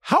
How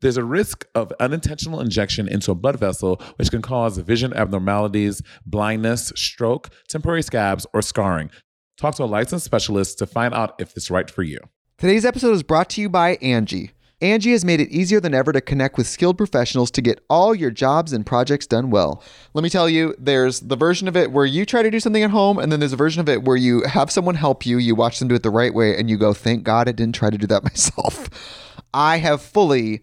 There's a risk of unintentional injection into a blood vessel, which can cause vision abnormalities, blindness, stroke, temporary scabs, or scarring. Talk to a licensed specialist to find out if it's right for you. Today's episode is brought to you by Angie. Angie has made it easier than ever to connect with skilled professionals to get all your jobs and projects done well. Let me tell you, there's the version of it where you try to do something at home, and then there's a version of it where you have someone help you, you watch them do it the right way, and you go, thank God I didn't try to do that myself. I have fully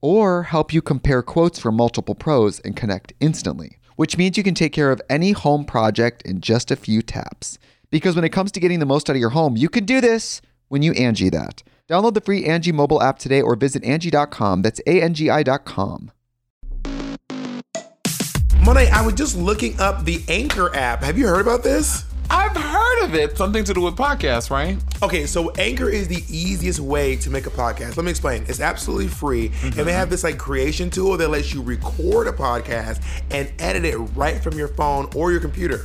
or help you compare quotes from multiple pros and connect instantly, which means you can take care of any home project in just a few taps. Because when it comes to getting the most out of your home, you can do this when you Angie that. Download the free Angie mobile app today or visit Angie.com. That's A-N-G-I dot com. Monet, I was just looking up the Anchor app. Have you heard about this? I've heard of it. Something to do with podcasts, right? Okay, so Anchor is the easiest way to make a podcast. Let me explain. It's absolutely free, and they have this like creation tool that lets you record a podcast and edit it right from your phone or your computer.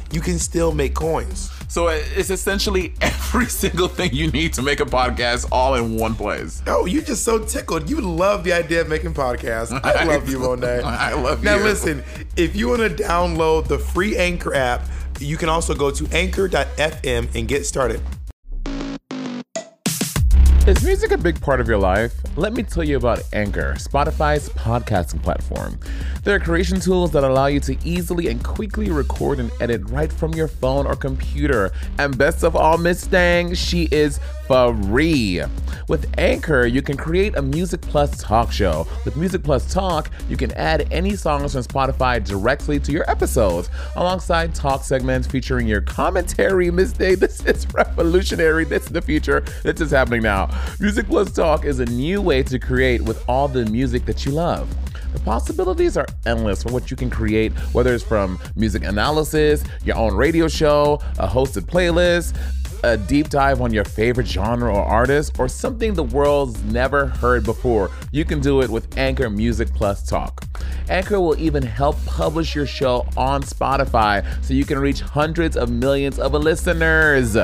You can still make coins. So it- it's essentially every single thing you need to make a podcast all in one place. Oh, you just so tickled. You love the idea of making podcasts. I love you, Monet. I love now, you. Now, listen, if you want to download the free Anchor app, you can also go to anchor.fm and get started. Is music a big part of your life? Let me tell you about Anchor, Spotify's podcasting platform. There are creation tools that allow you to easily and quickly record and edit right from your phone or computer. And best of all, Miss Thang, she is free. With Anchor, you can create a Music Plus talk show. With Music Plus Talk, you can add any songs from Spotify directly to your episodes, alongside talk segments featuring your commentary, Miss Day. This is revolutionary. This is the future. This is happening now. Music Plus Talk is a new way to create with all the music that you love. The possibilities are endless for what you can create, whether it's from music analysis, your own radio show, a hosted playlist, a deep dive on your favorite genre or artist, or something the world's never heard before. You can do it with Anchor Music Plus Talk. Anchor will even help publish your show on Spotify so you can reach hundreds of millions of listeners.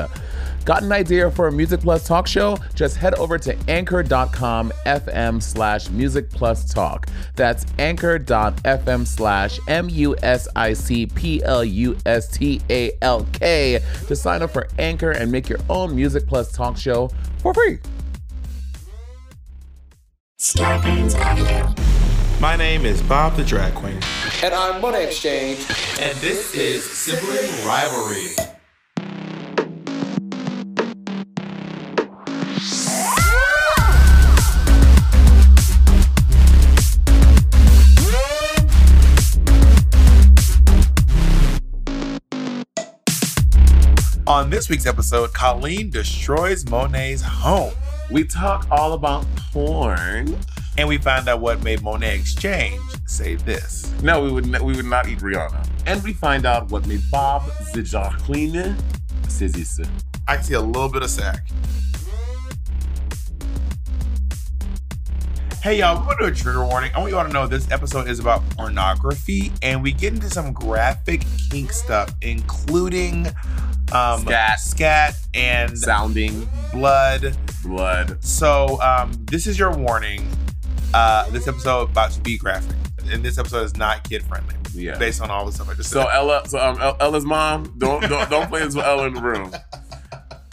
Got an idea for a Music Plus talk show? Just head over to anchor.com FM slash Music Plus Talk. That's anchor.fm slash M U S I C P L U S T A L K to sign up for Anchor and make your own Music Plus talk show for free. Scorpions Avenue. My name is Bob the Drag Queen. And I'm Money Exchange. And this is Sibling Rivalry. On this week's episode, Colleen destroys Monet's home. We talk all about porn. And we find out what made Monet Exchange say this. No, we would n- we would not eat Rihanna. And we find out what made Bob the Jacqueline says this. I see a little bit of sack. Hey y'all, we're gonna do a trigger warning. I want y'all to know this episode is about pornography, and we get into some graphic kink stuff, including um, Scat. scat and Sounding blood. blood. So um, this is your warning. Uh, this episode about to be graphic, and this episode is not kid friendly. Yeah. Based on all the stuff I just So said. Ella, so um, El- Ella's mom, don't don't, don't play this with Ella in the room.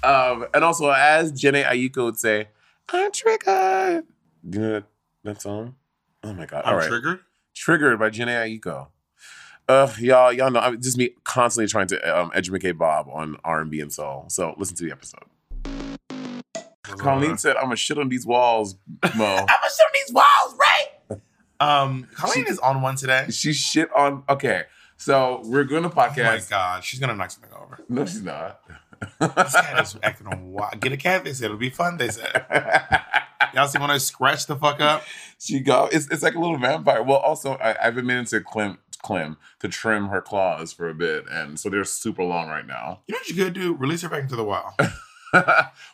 Um, and also, as Jenny Ayuko would say, "I'm triggered." Do you know that, that song? Oh my god! All right, triggered. triggered by Jenny Ayuko. Uh, y'all, y'all know I'm just me constantly trying to um, educate Bob on R and B and soul. So listen to the episode. Colleen said, "I'm gonna shit on these walls, Mo." I'm gonna shoot these walls, right? Um, Colleen is on one today. she shit on. Okay, so we're going to Oh my podcast. god, she's gonna knock something over. no, she's not. This cat is acting on wild. Get a cat, they said. It'll be fun, they said. Y'all see when I scratch the fuck up? She go. It's, it's like a little vampire. Well, also I, I've been meaning to clim clim to trim her claws for a bit, and so they're super long right now. You know what you could do? Release her back into the wild.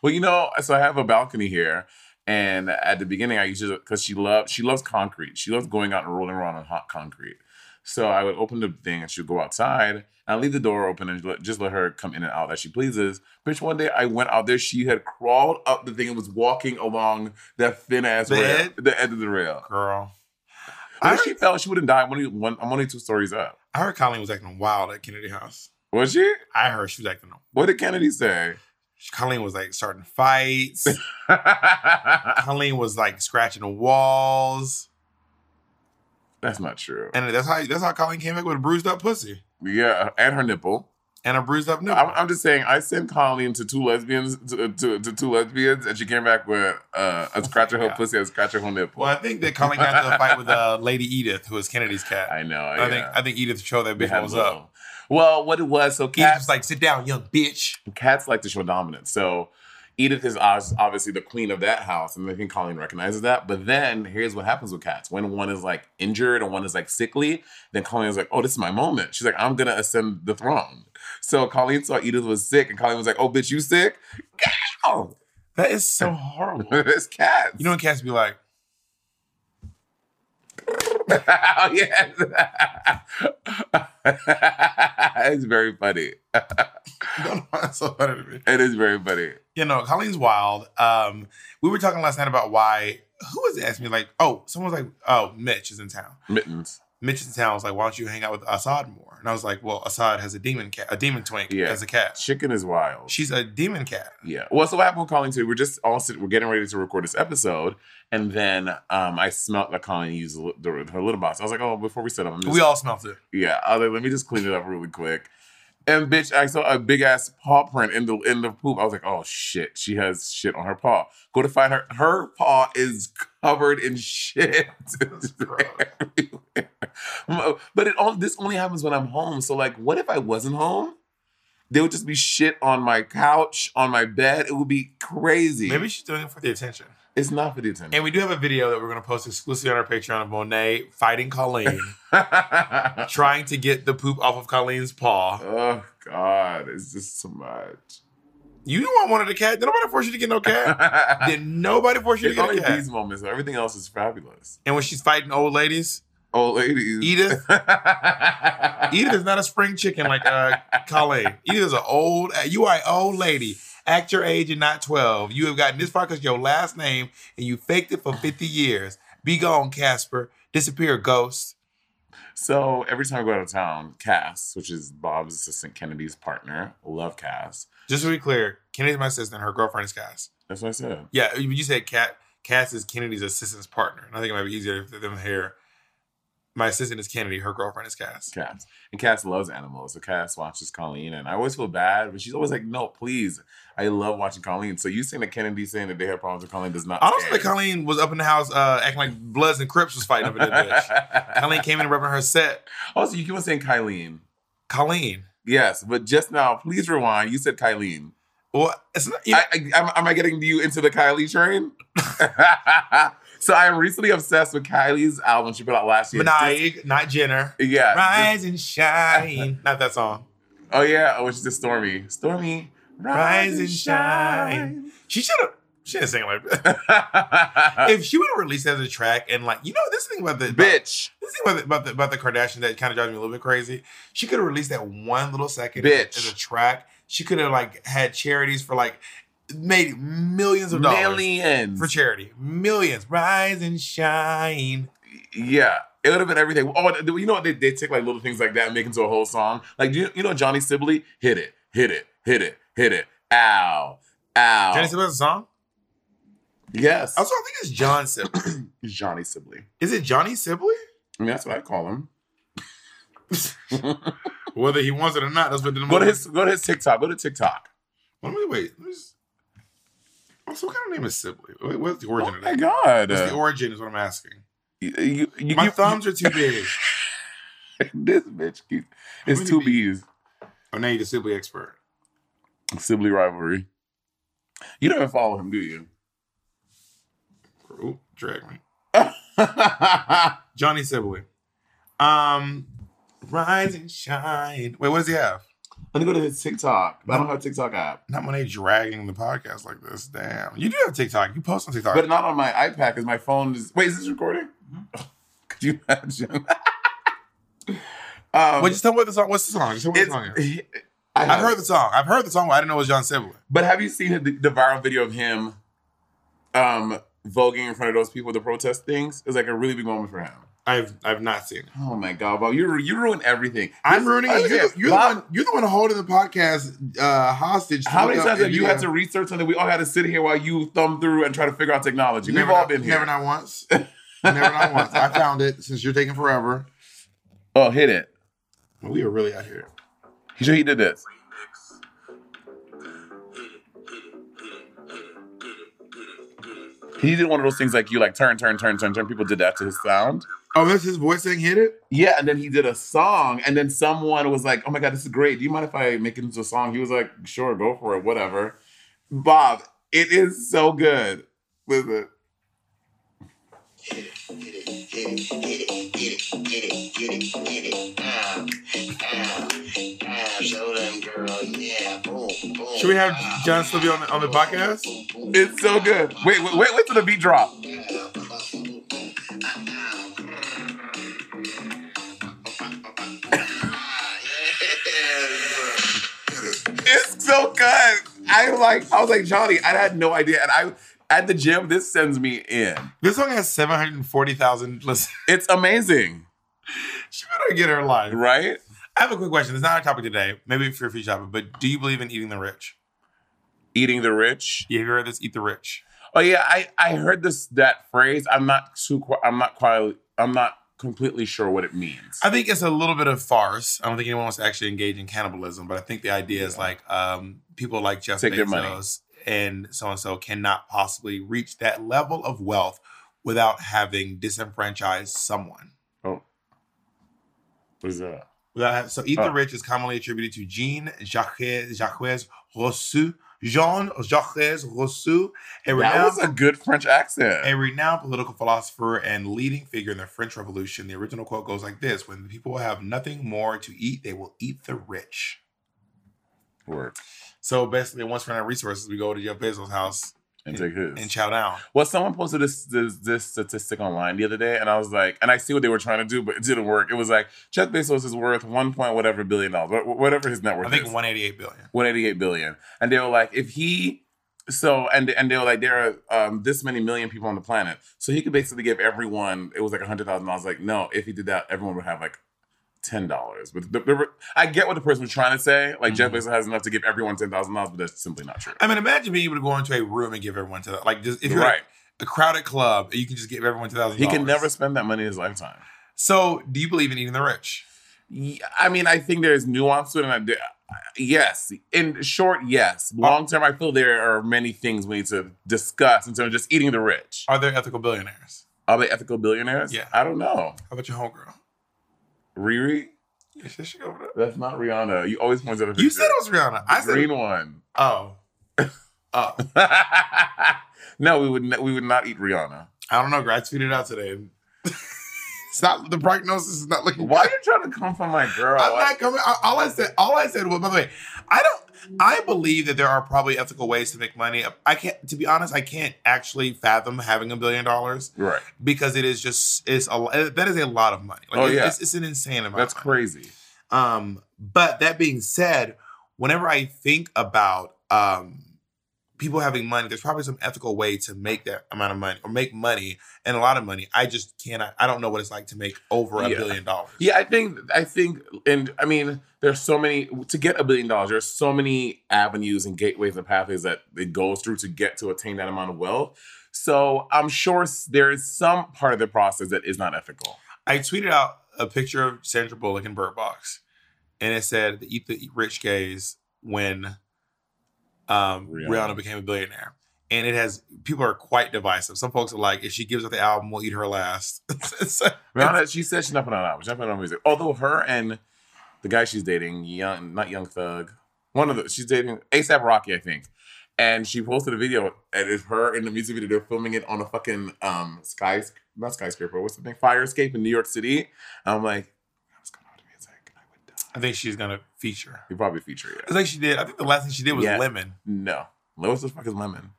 well, you know, so I have a balcony here, and at the beginning I used to because she loves she loves concrete. She loves going out and rolling around on hot concrete. So I would open the thing and she'd go outside. And I leave the door open and let- just let her come in and out as she pleases. Bitch, one day I went out there. She had crawled up the thing and was walking along that thin ass The rail, edge? the end of the rail. Girl. I I heard, she fell, she wouldn't die. I'm only, one, I'm only two stories up. I heard Colleen was acting wild at Kennedy House. Was she? I heard she was acting. What did Kennedy say? Colleen was like starting fights. Colleen was like scratching the walls. That's not true. And that's how that's how Colleen came back with a bruised up pussy yeah, and her nipple. and a bruised up nipple. I'm, I'm just saying, I sent Colleen to two lesbians to, to, to two lesbians, and she came back with uh, a scratch of her God. pussy and a scratch of her nipple. well, I think that Colleen got into a fight with uh, Lady Edith, who is Kennedy's cat. I know. I, Oh, yeah. think I think Edith showed that We bitch had was little- up. Well, what it was, so Edith cats was like, "Sit down, young bitch." cats like to show dominance. So Edith is obs- obviously the queen of that house, and I think Colleen recognizes that. But then here's what happens with cats: when one is like injured and one is like sickly, then Colleen is like, "Oh, this is my moment." She's like, "I'm gonna ascend the throne." So Colleen saw Edith was sick, and Colleen was like, "Oh, bitch, you sick? Ow! That is so horrible. it's cats." you know, when cats be like, oh, yes. it's very funny. "I "Don't know why that's so funny to me." It is very funny. You know, Colleen's wild. Um, we were talking last night about why. Who was asking me like, "Oh, someone's like, oh, Mitch is in town." Mittens. Mitch in town was like, "Why don't you hang out with Assad more?" And I was like, "Well, Assad has a demon cat, a demon twink Yeah. as a cat. Chicken is wild. She's a demon cat." Yeah. Well, so what happened with Colleen too? We're just all sitting, we're getting ready to record this episode, and then um, I smelled that Colleen used the, the, her little box. I was like, oh, before we set up, I'm just, We all smelled it. yeah. I was like, let me just clean it up really quick. And bitch, I saw a big ass paw print in the in the poop. I was like, oh shit, she has shit on her paw. Go to find her. Her paw is covered in shit. It's gross. everywhere. but it all this only happens when I'm home. So like, what if I wasn't home? There would just be shit on my couch, on my bed. It would be crazy. Maybe she's doing it for the attention. it's not for the attention. And we do have a video that we're going to post exclusively on our Patreon of Monet fighting Colleen, trying to get the poop off of Colleen's paw. oh God, it's just so much. You don't want one of the cat. Did nobody force you to get no cat? Did nobody force you to It's get only a cat? these moments. Everything else is fabulous. And when she's fighting old ladies, Old ladies. Edith, Edith is not a spring chicken like uh, Colleen. Edith is an old. uh, You are an old lady. Act your age and not twelve. You have gotten this far because your last name, and you faked it for fifty years. Be gone, Casper. Disappear, ghost. so every time I go out of town, Cass, which is Bob's assistant Kennedy's partner, love Cass. Just to be clear, Kennedy's my sister, and her girlfriend is Cass. That's what I said. Yeah, you you said Cat. Cass is Kennedy's assistant's partner, and I think it might be easier for them here. My assistant is Kennedy. Her girlfriend is Cass. Cass. And Cass loves animals. So Cass watches Colleen. And I always feel bad, but she's always like, no, please. I love watching Colleen. So you saying that Kennedy saying that they have problems with Colleen does not. I don't scare think you. Colleen was up in the house uh, acting like Bloods and Crips was fighting up in that bitch. Colleen came in rubbing her set. also, you keep on saying Kyleen. Colleen. Yes, but just now, please rewind. You said Kylie. Well, it's not, you know, I, I, am, am I getting you into the Kylie train? so I am recently obsessed with Kylie's album she put out last year. Minaj, not Jenner. Just- yeah. just- Rise and shine. not that song. oh yeah. Oh, it's just Stormy. Stormy. Rise and shine. She should have. She didn't sing like that. shine. If she would have released it as a track and like you know this thing about the about- Uh, bitch. this thing about the, about the about the Kardashians that kind of drives me a little bit crazy. She could have released that one little second Bitch. as a track. She could have like had charities for like made millions of dollars Millions. for charity. Millions. Rise and shine. Yeah, it would have been everything. Oh, th- you know what? They, they take like little things like that and make into a whole song. Like, do you, you know Johnny Sibley? Hit it, hit it, hit it, hit it. Ow, ow. Johnny Sibley's a song? Yes. Also, I think it's John Sibley. Johnny Sibley. Is it Johnny Sibley? I mean, that's what I call him. Whether he wants it or not, that's what the Go to his go to his TikTok. Go to TikTok. Let me wait. Let me just, also, what kind of name is Sibley? Wait, what's the Oh origin of my that? god. What's the origin? Is what I'm asking. You- you- you- My you- thumbs are too big. This bitch keeps. It's many two bees? B's. Oh, now you're the Sibley expert. Sibley rivalry. You don't even follow him, do you? Ooh, drag me. Johnny Sibley. Um, rise and shine. Wait, what does he have? Let me go to his TikTok. I don't have a TikTok app, Not when they dragging the podcast like this. Damn, you do have TikTok. You post on TikTok. but not on my iPad because my phone is. Wait, is this recording? Mm-hmm. Could you imagine? um, Wait, just tell me what the song. What's the song? Just tell me what the song. Is. it's, I I've have heard the song. I've heard the song. But I didn't know it was John Sibley. But have you seen the, the viral video of him, um, voguing in front of those people at the protest things? It's like a really big moment for him. I've I've not seen it. Oh my god, Bob, you you ruin everything. I'm This- ruining I it. look at You're, this. the, you're the Bob, one. You're the one holding the podcast uh, hostage. to How look many up times have if you had have- to research something? We all had to sit here while you thumb through and try to figure out technology. Never We've all not- been here. Never not once. never not once. I found it since you're taking forever. Oh, hit it. We are really out here. He sure he did this. He did one of those things like you like turn, turn, turn, turn, turn. People did that to his sound. Oh, that's his voice saying hit it? Yeah, and then he did a song, and then someone was like, "Oh my god, this is great. Do you mind if I make it into a song?" He was like, "Sure, go for it, whatever." Bob, it is so good. Listen, Should we have John Sylvie on the, on the podcast? it's so good. Wait, wait, wait, wait till the beat drop. It's so good. I like. I was like Johnny. I had no idea, and I at the gym. This sends me in. This song has 740,000 listeners. It's amazing, She better get her life. right? I have a quick question. It's not our topic today. Maybe for your future topic, but do you believe in eating the rich? Eating the rich. You ever heard this? Eat the rich. Oh yeah, I I heard this that phrase. I'm not too. qui- I'm not quite. I'm not completely sure what it means. I think it's a little bit of farce. I don't think anyone wants to actually engage in cannibalism, but I think the idea is like um, people like Jeff Take their money. Bezos and so and so cannot possibly reach that level of wealth without having disenfranchised someone. Oh, what is that? Without- So Eat Oh. the Rich is commonly attributed to Jean Jacques Jacques Rousseau, Jean Jacques Rousseau, a That renowned, was a good French accent. a renowned political philosopher and leading figure in the French Revolution. The original quote goes like this: "When the people have nothing more to eat, they will eat the rich." Work So basically, once we're out of resources, we go to Jeff Bezos' house and take his. and chow down. Well, someone posted this, this this statistic online the other day, and I was like, and I see what they were trying to do, but it didn't work. It was like Jeff Bezos is worth one point whatever billion dollars, wha- whatever his net worth I think is, 188 billion. one eighty eight billion. And they were like, if he so and and they were like there are um, this many million people on the planet, so he could basically give everyone it was like a hundred thousand dollars. Like, no, if he did that, everyone would have like. Ten dollars, but the, the, I get what the person was trying to say. Like Jeff Mm-hmm. Bezos has enough to give everyone ten thousand dollars, but that's simply not true. I mean, imagine being able to go into a room and give everyone to like just if you're right? at a crowded club, you can just give everyone two thousand. He can never spend that money in his lifetime. So, do you believe in eating the rich? Y- I mean, I think there's nuance to it. And I, d- yes, in short, yes. Long term, I feel there are many things we need to discuss in terms of just eating the rich. Are there ethical billionaires? Are they ethical billionaires? Yeah. I don't know. How about your homegirl? Riri? Is this shit over there? That's not Rihanna. You always point at a picture. You said it was Rihanna. I said green one. oh, oh. no, we would n- we would not eat Rihanna. I don't know. girl. I tweeted out today. it's not the prognosis is not looking. Why are good. you trying to come for my girl? I'm not coming. I- All I said, all I said was, by the way, I don't. I believe that there are probably ethical ways to make money. I can't, to be honest, I can't actually fathom having a billion dollars right. because it is just it's a that is a lot of money. Like, Oh, it's- yeah. it's, it's an insane amount. That's of money. crazy. Um, but that being said, whenever I think about um people having money, there's probably some ethical way to make that amount of money or make money and a lot of money. I just cannot. I don't know what it's like to make over a Yeah. billion dollars. Yeah, I think I think, and I mean, there's so many to get a billion dollars. There's so many avenues and gateways and pathways that it goes through to get to attain that amount of wealth. So I'm sure s- there is some part of the process that is not ethical. I tweeted out a picture of Sandra Bullock in Bird Box, and it said the "Eat the Rich" gays when um, Rihanna. Rihanna. became a billionaire. And it has people are quite divisive. Some folks are like, if she gives up the album, we'll eat her last. So- Rihanna, she said she's not putting out albums. She's not putting out music. Although her and the guy she's dating, young not young thug, one of the she's dating ASAP Rocky, I think. And she posted a video, and it's her in the music video. They're filming it on a fucking um sky, not skyscraper. What's the thing? Fire escape in New York City. And I'm like, I was going out to music. I would die. I think she's gonna feature. You probably feature it. It's like she did. I think the last thing she did was Yeah. Lemon. No, Lois the fuck is lemon.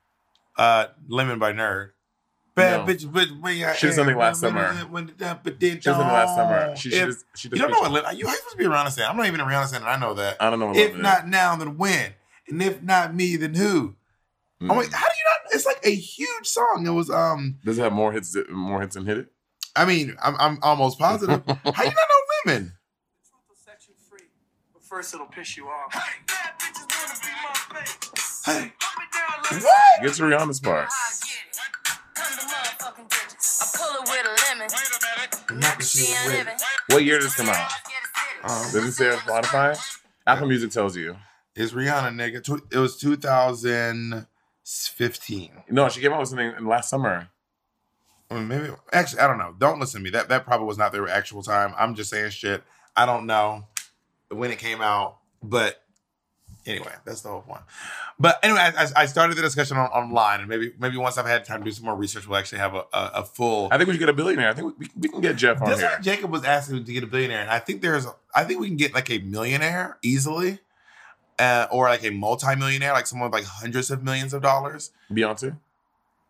Uh, Lemon by Nerd. Bad No. bitch, bitch, bring your She did something hand. last summer. When did that- but did She was in the last summer. don't. She If- should. She you just. don't know what Lemon. Are you, how you supposed to be a Rihanna fan? I'm not even a Rihanna fan, and I know that. I don't know what If lemon not now, then when? And if not me, then who? Mm. is. I'm like, how do you not? It's like a huge song. It was, um, does it have more hits? More hits than hit it. I mean, I'm, I'm almost positive. how you not know Lemon? Frontal section free, but first it'll piss you off. Hey, bad bitches wanna be my face. Hey, Put me down, let's what? Get to Rihanna's part. Come to motherfucking digits. I pull it with a lemon. Not that she She ain't was with living. it. What year did this come out? Um, Does it say on Spotify? Apple Music tells you. It's Rihanna, nigga. Tw- It was 2015. No, she came out with something in last summer. I mean, maybe actually, I don't know. Don't listen to me. That that probably was not their actual time. I'm just saying shit. I don't know when it came out, but anyway, that's the whole point. But anyway, I, I- I started the discussion on, online, and maybe maybe once I've had time to do some more research, we'll actually have a, a, a full. I think we should get a billionaire. I think we, we can get Jeff on Just here. like Jacob was asking to get a billionaire, and I think there's, I think we can get like a millionaire easily, uh, or like a multimillionaire, like someone with like hundreds of millions of dollars. Beyonce.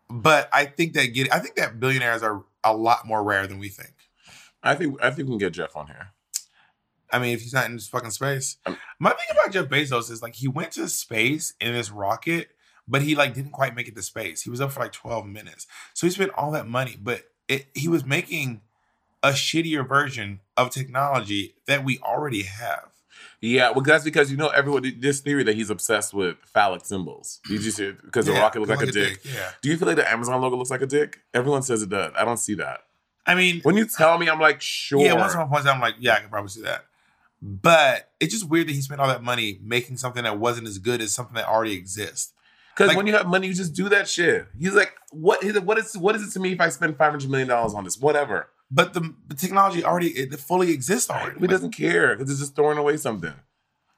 But I think that get, I think that billionaires are a lot more rare than we think. I think I think we can get Jeff on here. I mean, if he's not in this fucking space. Um, My thing about Jeff Bezos is like he went to space in this rocket, but he like didn't quite make it to space. He was up for like 12 minutes. So he spent all that money, but it, he was making a shittier version of technology that we already have. Yeah, well, that's because you know everyone this theory that he's obsessed with phallic symbols. You just because the Yeah, rocket looks like, look a dick. Yeah. Do you feel like the Amazon logo looks like a dick? Everyone says it does. I don't see that. I mean, When you tell me, I'm like, sure. yeah, once someone points out, I'm like, yeah, I can probably see that. But it's just weird that he spent all that money making something that wasn't as good as something that already exists. Because Like- when you have money, you just do that shit. He's like, what? Is it, what is what is it to me if I spend five hundred million dollars on this? Whatever. But the, the technology already it fully exists already. He doesn't care because it's just throwing away something.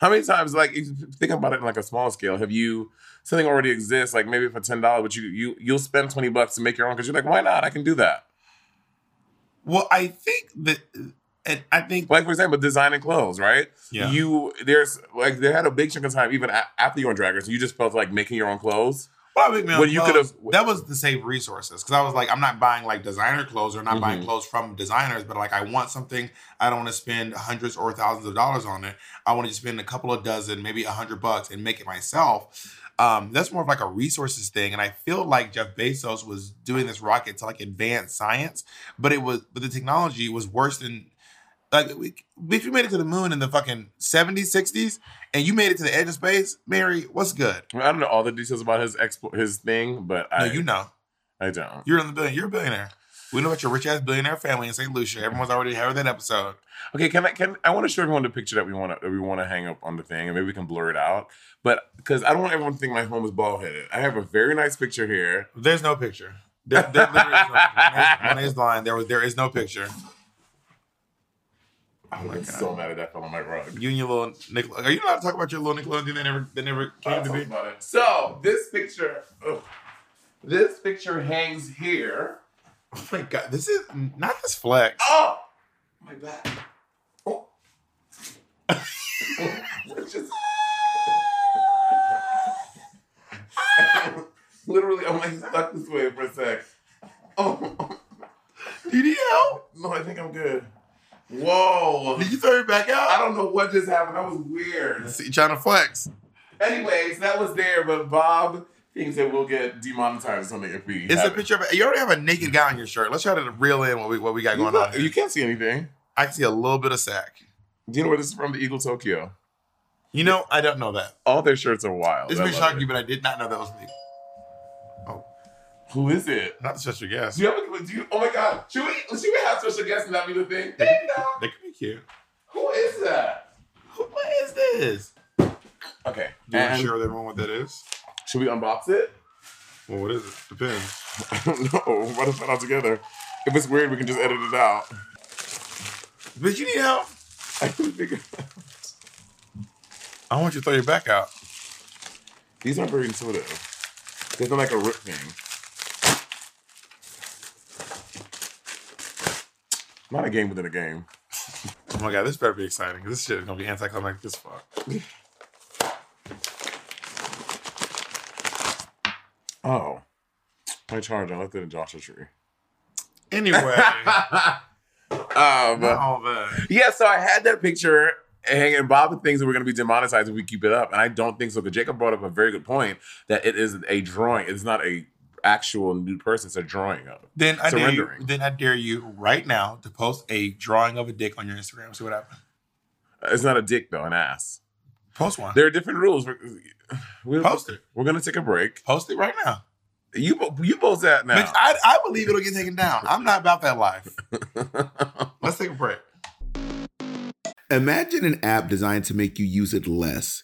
How many times, like, if you think about it in like a small scale, have you something already exists? Like maybe for ten dollars, but you you you'll spend twenty bucks to make your own because you're like, why not? I can do that. Well, I think that, and I think Like for example, designing clothes, right? Yeah. You there's like they had a big chunk of time even a- after you were on Drag Race, you just felt like making your own clothes. well, I mean, Well, you clothes- could've- that was to save resources because I was like, I'm not buying like designer clothes or not buying Mhm. clothes from designers, but like I want something. I don't want to spend hundreds or thousands of dollars on it. I want to just spend a couple of dozen, maybe a hundred bucks, and make it myself. Um, that's more of like a resources thing, and I feel like Jeff Bezos was doing this rocket to like advance science, but it was but the technology was worse than like we, bitch, we made it to the moon in the fucking 70s, 60s, and you made it to the edge of space, Mary, what's good? I, mean, I don't know all the details about his expo- his thing, but No, I you know. I don't. You're on the billion. You're a billionaire. We know about your rich ass billionaire family in St. Lucia. Everyone's already heard that episode. Okay, can I can I want to show everyone the picture that we want to we want to hang up on the thing, and maybe we can blur it out. But because I don't want everyone to think my home is bald headed. I have a very nice picture here. There's no picture. There, there literally is no picture. Monet- Monet's lying. There was there is no picture. Oh my I'm god. so mad at that fell on my rug. you and your little Nick. Are you allowed to talk about your little Nickelodeon that never that never came to be? So this picture, ugh. this picture hangs here. Oh my god, this is not this flex. Oh, my back. Oh. Which is literally, I'm like stuck this way for a sec. Oh, Did he help? no, I think I'm good. Whoa. Did you throw it back out? I don't know what just happened. That was weird. See, trying to flex. Anyways, that was there, but Bob thinks that we'll get demonetized or something if we. It's have a it. picture of you already have a naked guy on your shirt. Let's try to reel in what we what we got You, going on. look, Here. you can't see anything. I see a little bit of sack. Do you know where this is from? The Eagle Tokyo. You know, I don't know that. All their shirts are wild. This I may love shock it. you, but I did not know that was me. Oh, Who is it? not the special guest. Do you have a, do you, oh my god, should we should we have special guests and that be the thing? Ding dong. They could be cute. Who is that? Who- What is this? Okay. Do you want and to share with everyone what that is? Should we unbox it? Well, what is it? Depends. I don't know. Why does that all together? If it's weird, we can just edit it out. But you need help. I couldn't figure I want you to throw your back out. These aren't very intuitive. They're like a rip thing. Not a game within a game. Oh my god, this better be exciting. This shit is gonna be anticlimactic as fuck. Oh. My charger, I left it in Josh's tree. Anyway, Um, not all that. Yeah, so I had that picture hanging. Bob thinks that we're going to be demonetized if we keep it up, and I don't think so. Because Jacob brought up a very good point that it is a drawing. It's not a actual nude person. It's a drawing of. it. Then I dare you, Surrendering. then I dare you right now to post a drawing of a dick on your Instagram. See what happens. It's not a dick though, an ass. Post one. There are different rules. We're, we're, Post it. We're going to take a break. Post it right now. You bo- you post that now. Bitch, I, I believe it'll get taken down. I'm not about that life. Let's take a break. Imagine an app designed to make you use it less.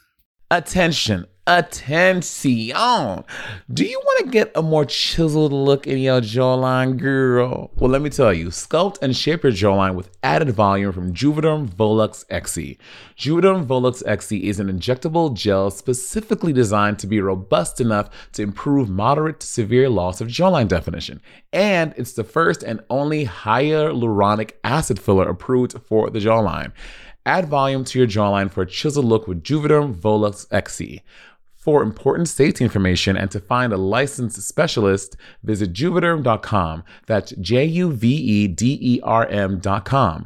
Attention, attention. Do you want to get a more chiseled look in your jawline, girl? Well, let me tell you, sculpt and shape your jawline with added volume from Juvederm Volux XC. Juvederm Volux XC is an injectable gel specifically designed to be robust enough to improve moderate to severe loss of jawline definition. And it's the first and only hyaluronic acid filler approved for the jawline. Add volume to your jawline for a chiseled look with Juvederm Volux XC. For important safety information and to find a licensed specialist, visit juvederm.com. That's J U V E D E R M.com.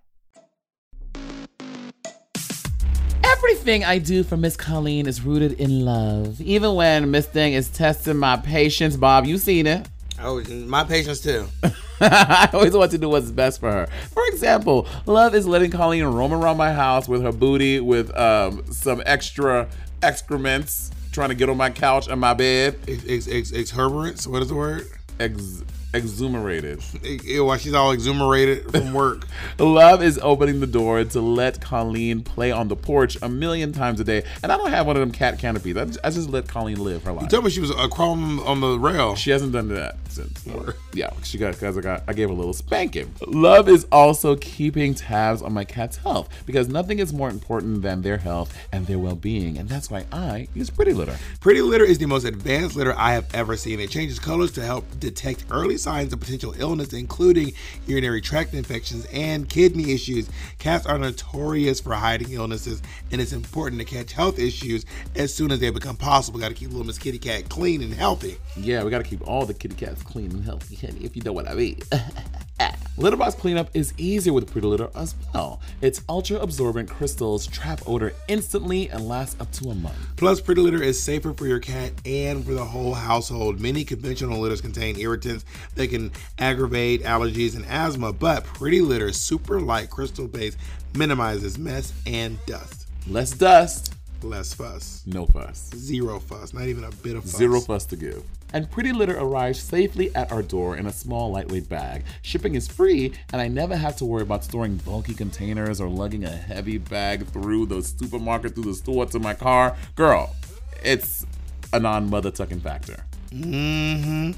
Everything I do for Miss Colleen is rooted in love. Even when Miss Thing is testing my patience, Bob, you seen it. Oh, and my patience too. I always want to do what's best for her. For example, love is letting Colleen roam around my house with her booty, with um, some extra excrements, trying to get on my couch and my bed. Ex, ex, ex, exuberance. What is the word? Ex- exumerated. Ew, eh, why she's all exumerated from work. Love is opening the door to let Colleen play on the porch a million times a day. And I don't have one of them cat canopies. I just, I just let Colleen live her life. Tell me she was uh, crawling on the rail. She hasn't done that since. Yeah, she got because I got I gave her a little spanking. Love is also keeping tabs on my cat's health because nothing is more important than their health and their well-being, and that's why I use Pretty Litter. Pretty Litter is the most advanced litter I have ever seen. It changes colors to help detect early signs of potential illness, including urinary tract infections and kidney issues. Cats are notorious for hiding illnesses, and it's important to catch health issues as soon as they become possible. Got to keep little Miss Kitty Cat clean and healthy. Yeah, we got to keep all the kitty cats clean and healthy, honey, if you know what I mean. litter box cleanup is easier with Pretty Litter as well. Its ultra absorbent crystals trap odor instantly and last up to a month. Plus, Pretty Litter is safer for your cat and for the whole household. Many conventional litters contain irritants that can aggravate allergies and asthma, but Pretty Litter's super light crystal base minimizes mess and dust. Less dust, less fuss. No fuss. Zero fuss, not even a bit of fuss. Zero fuss to give. And Pretty Litter arrives safely at our door in a small, lightweight bag. Shipping is free, and I never have to worry about storing bulky containers or lugging a heavy bag through the supermarket, through the store, to my car. Girl, it's a non mother tucking factor. hmm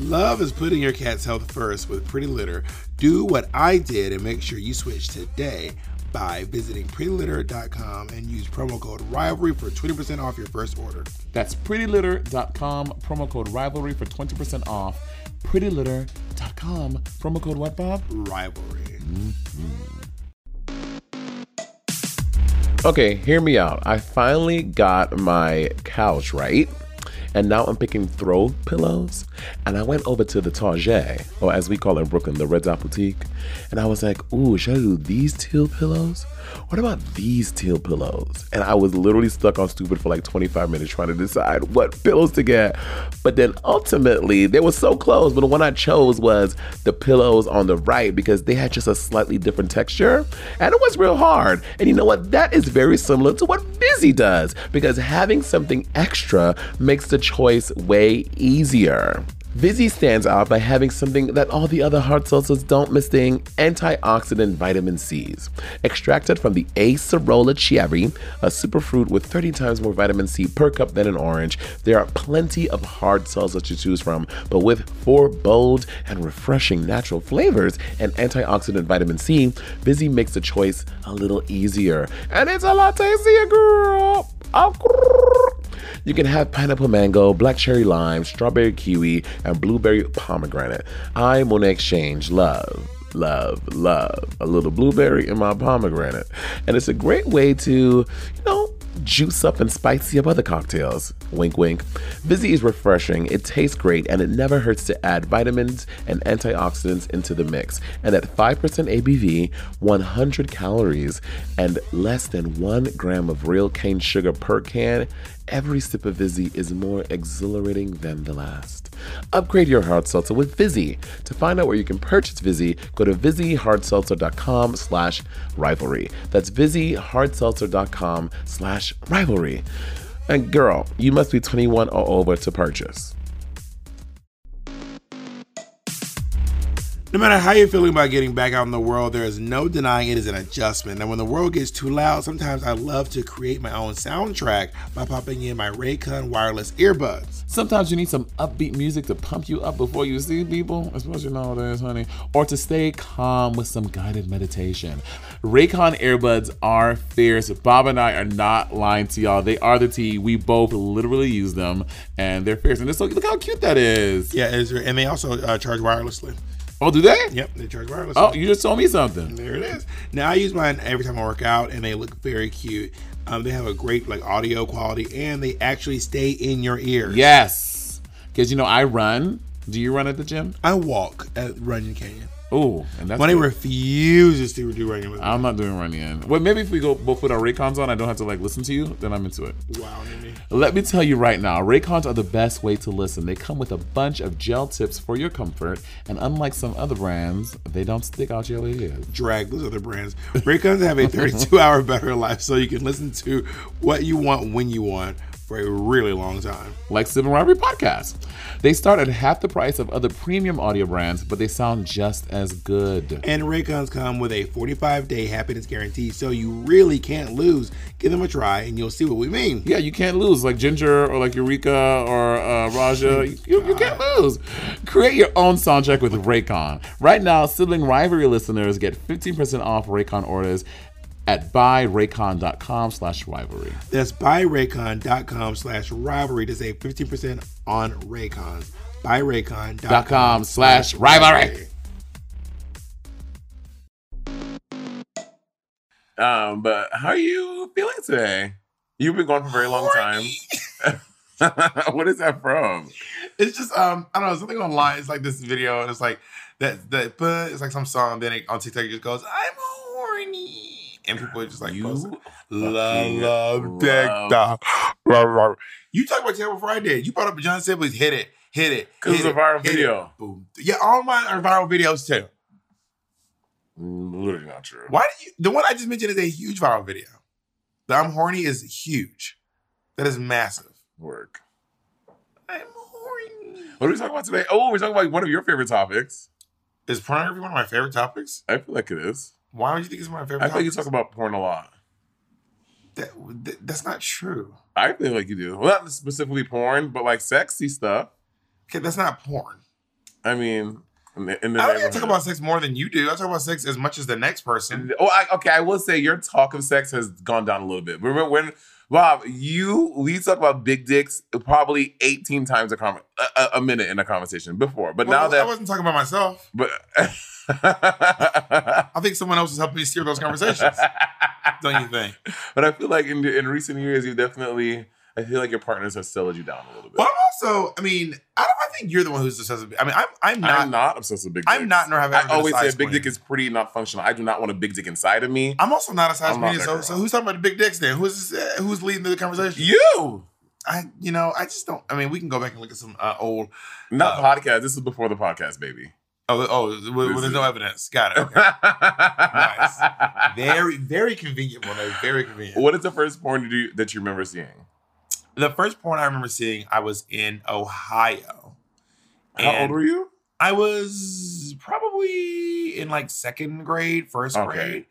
Love is putting your cat's health first with Pretty Litter. Do what I did and make sure you switch today by visiting prettylitter.com and use promo code RIVALRY for 20% off your first order. That's prettylitter.com, promo code rivalry for 20% off. Prettylitter.com, promo code what, Bob? Rivalry. Okay, hear me out. I finally got my couch right. And now I'm picking throw pillows. And I went over to the Target, or as we call it in Brooklyn, the Red Dot Boutique. And I was like, ooh, should I do these teal pillows? What about these teal pillows? And I was literally stuck on stupid for like 25 minutes trying to decide what pillows to get. But then ultimately, they were so close. But the one I chose was the pillows on the right because they had just a slightly different texture. And it was real hard. And you know what? That is very similar to what Busy does because having something extra makes the choice way easier. Vizzy stands out by having something that all the other hard seltzers don't, missing antioxidant vitamin C's. Extracted from the Acerola cherry, a superfruit with 30 times more vitamin C per cup than an orange, there are plenty of hard seltzers to choose from, but with four bold and refreshing natural flavors and antioxidant vitamin C, Vizzy makes the choice a little easier. And it's a lot tastier, girl! Oh, you can have pineapple mango, black cherry lime, strawberry kiwi, and blueberry pomegranate. I, Monet Exchange, love. Love, love a little blueberry in my pomegranate. And it's a great way to, you know, juice up and spicy up other cocktails. Wink, wink. Vizzy is refreshing, it tastes great, and it never hurts to add vitamins and antioxidants into the mix. And at 5% ABV, 100 calories, and less than one gram of real cane sugar per can, every sip of Vizzy is more exhilarating than the last. Upgrade your hard seltzer with Vizzy. To find out where you can purchase Vizzy, go to VizzyHardSeltzer.com slash rivalry. That's VizzyHardSeltzer.com slash rivalry. And girl, you must be 21 or over to purchase. No matter how you're feeling about getting back out in the world, there is no denying it is an adjustment. And when the world gets too loud, sometimes I love to create my own soundtrack by popping in my Raycon wireless earbuds. Sometimes you need some upbeat music to pump you up before you see people, especially nowadays, honey, or to stay calm with some guided meditation. Raycon earbuds are fierce. Bob and I are not lying to y'all. They are the tea. We both literally use them, and they're fierce. And it's so look how cute that is. Yeah, it's- and they also uh, charge wirelessly. Oh, do they? Yep, they charge wirelessly. Oh, you just told me something. There it is. Now I use mine every time I work out, and they look very cute. Um, they have a great like audio quality, and they actually stay in your ears. Yes, because you know I run. Do you run at the gym? I walk at Runyon Canyon. Oh, and that's Money good. refuses to do Runyon with me. I'm not doing running in. Well, maybe if we go both put our Raycons on, I don't have to like listen to you. Then I'm into it. wow, Nene. Let me tell you right now, Raycons are the best way to listen. They come with a bunch of gel tips for your comfort, and unlike some other brands, they don't stick out your ears. drag those other brands. Raycons have a 32 hour better life, so you can listen to what you want when you want. for a really long time. like Civil Rivalry Podcast. They start at half the price of other premium audio brands, but they sound just as good. And Raycons come with a 45 day happiness guarantee, so you really can't lose. Give them a try and you'll see what we mean. Yeah, you can't lose like Ginger or like Eureka or uh, Raja. You, you can't lose. Create your own soundtrack with Raycon. Right now, sibling rivalry listeners get 15% off Raycon orders at buyraycon.com slash rivalry. That's buyraycon.com slash rivalry to save 15% on Raycons. Dot com Buyraycon.com slash rivalry. Um, but how are you feeling today? You've been gone for a very long time. what is that from? It's just um I don't know something online. It's like this video and it's like that that but it's like some song. Then it, on TikTok it just goes I'm horny and people are just like posting. La- fucking love love- TikTok. Rah, rah. You talk about Taylor Friday. You brought up John Sibley's hit it, hit it. Because hit it's a viral hit video. Boom. Yeah, all mine are viral videos too. Mm, Literally not true. Why did you? The one I just mentioned is a huge viral video. The I'm horny is huge. That is massive. Work. I'm horny. What are we talking about today? Oh, we're talking about one of your favorite topics. Is pornography one of my favorite topics? I feel like it is. Why would you think it's one of my favorite? I feel like you topics? talk about porn a lot. That, that- that's not true. I feel like you do. Well, not specifically porn, but like sexy stuff. Okay, that's not porn. I mean, in the, in the I don't even neighborhood. talk about sex more than you do. I talk about sex as much as the next person. Oh, I, okay. I will say your talk of sex has gone down a little bit. Remember when Bob, you we talk about big dicks probably eighteen times a com- a, a- a minute in a conversation before, but Well, now I that wasn't talking about myself. but I think someone else is helping me steer those conversations. don't you think? but I feel like in in recent years you definitely I feel like your partners have settled you down a little bit. Well, I'm also, I mean, I don't. I think you're the one who's obsessed with. I mean, I'm. I'm not. I'm not obsessed with big. dicks. I'm not, nor have I I ever been a always say size a big queen. dick is pretty not functional. I do not want a big dick inside of me. I'm also not a size I'm not queen. that So, girl. so who's talking about the big dicks then? Who's uh, who's leading the conversation? you I, you know, I just don't. I mean, we can go back and look at some uh, old. not Uh, podcast. This is before the podcast, baby. Oh, oh, well, This there's is- no evidence. Got it. Okay. nice. very, very convenient one. though. Very convenient. What is the first porn did you, that you remember seeing? The first porn I remember seeing, I was in Ohio. How old And- were you? I was probably in like second grade, first Okay. grade,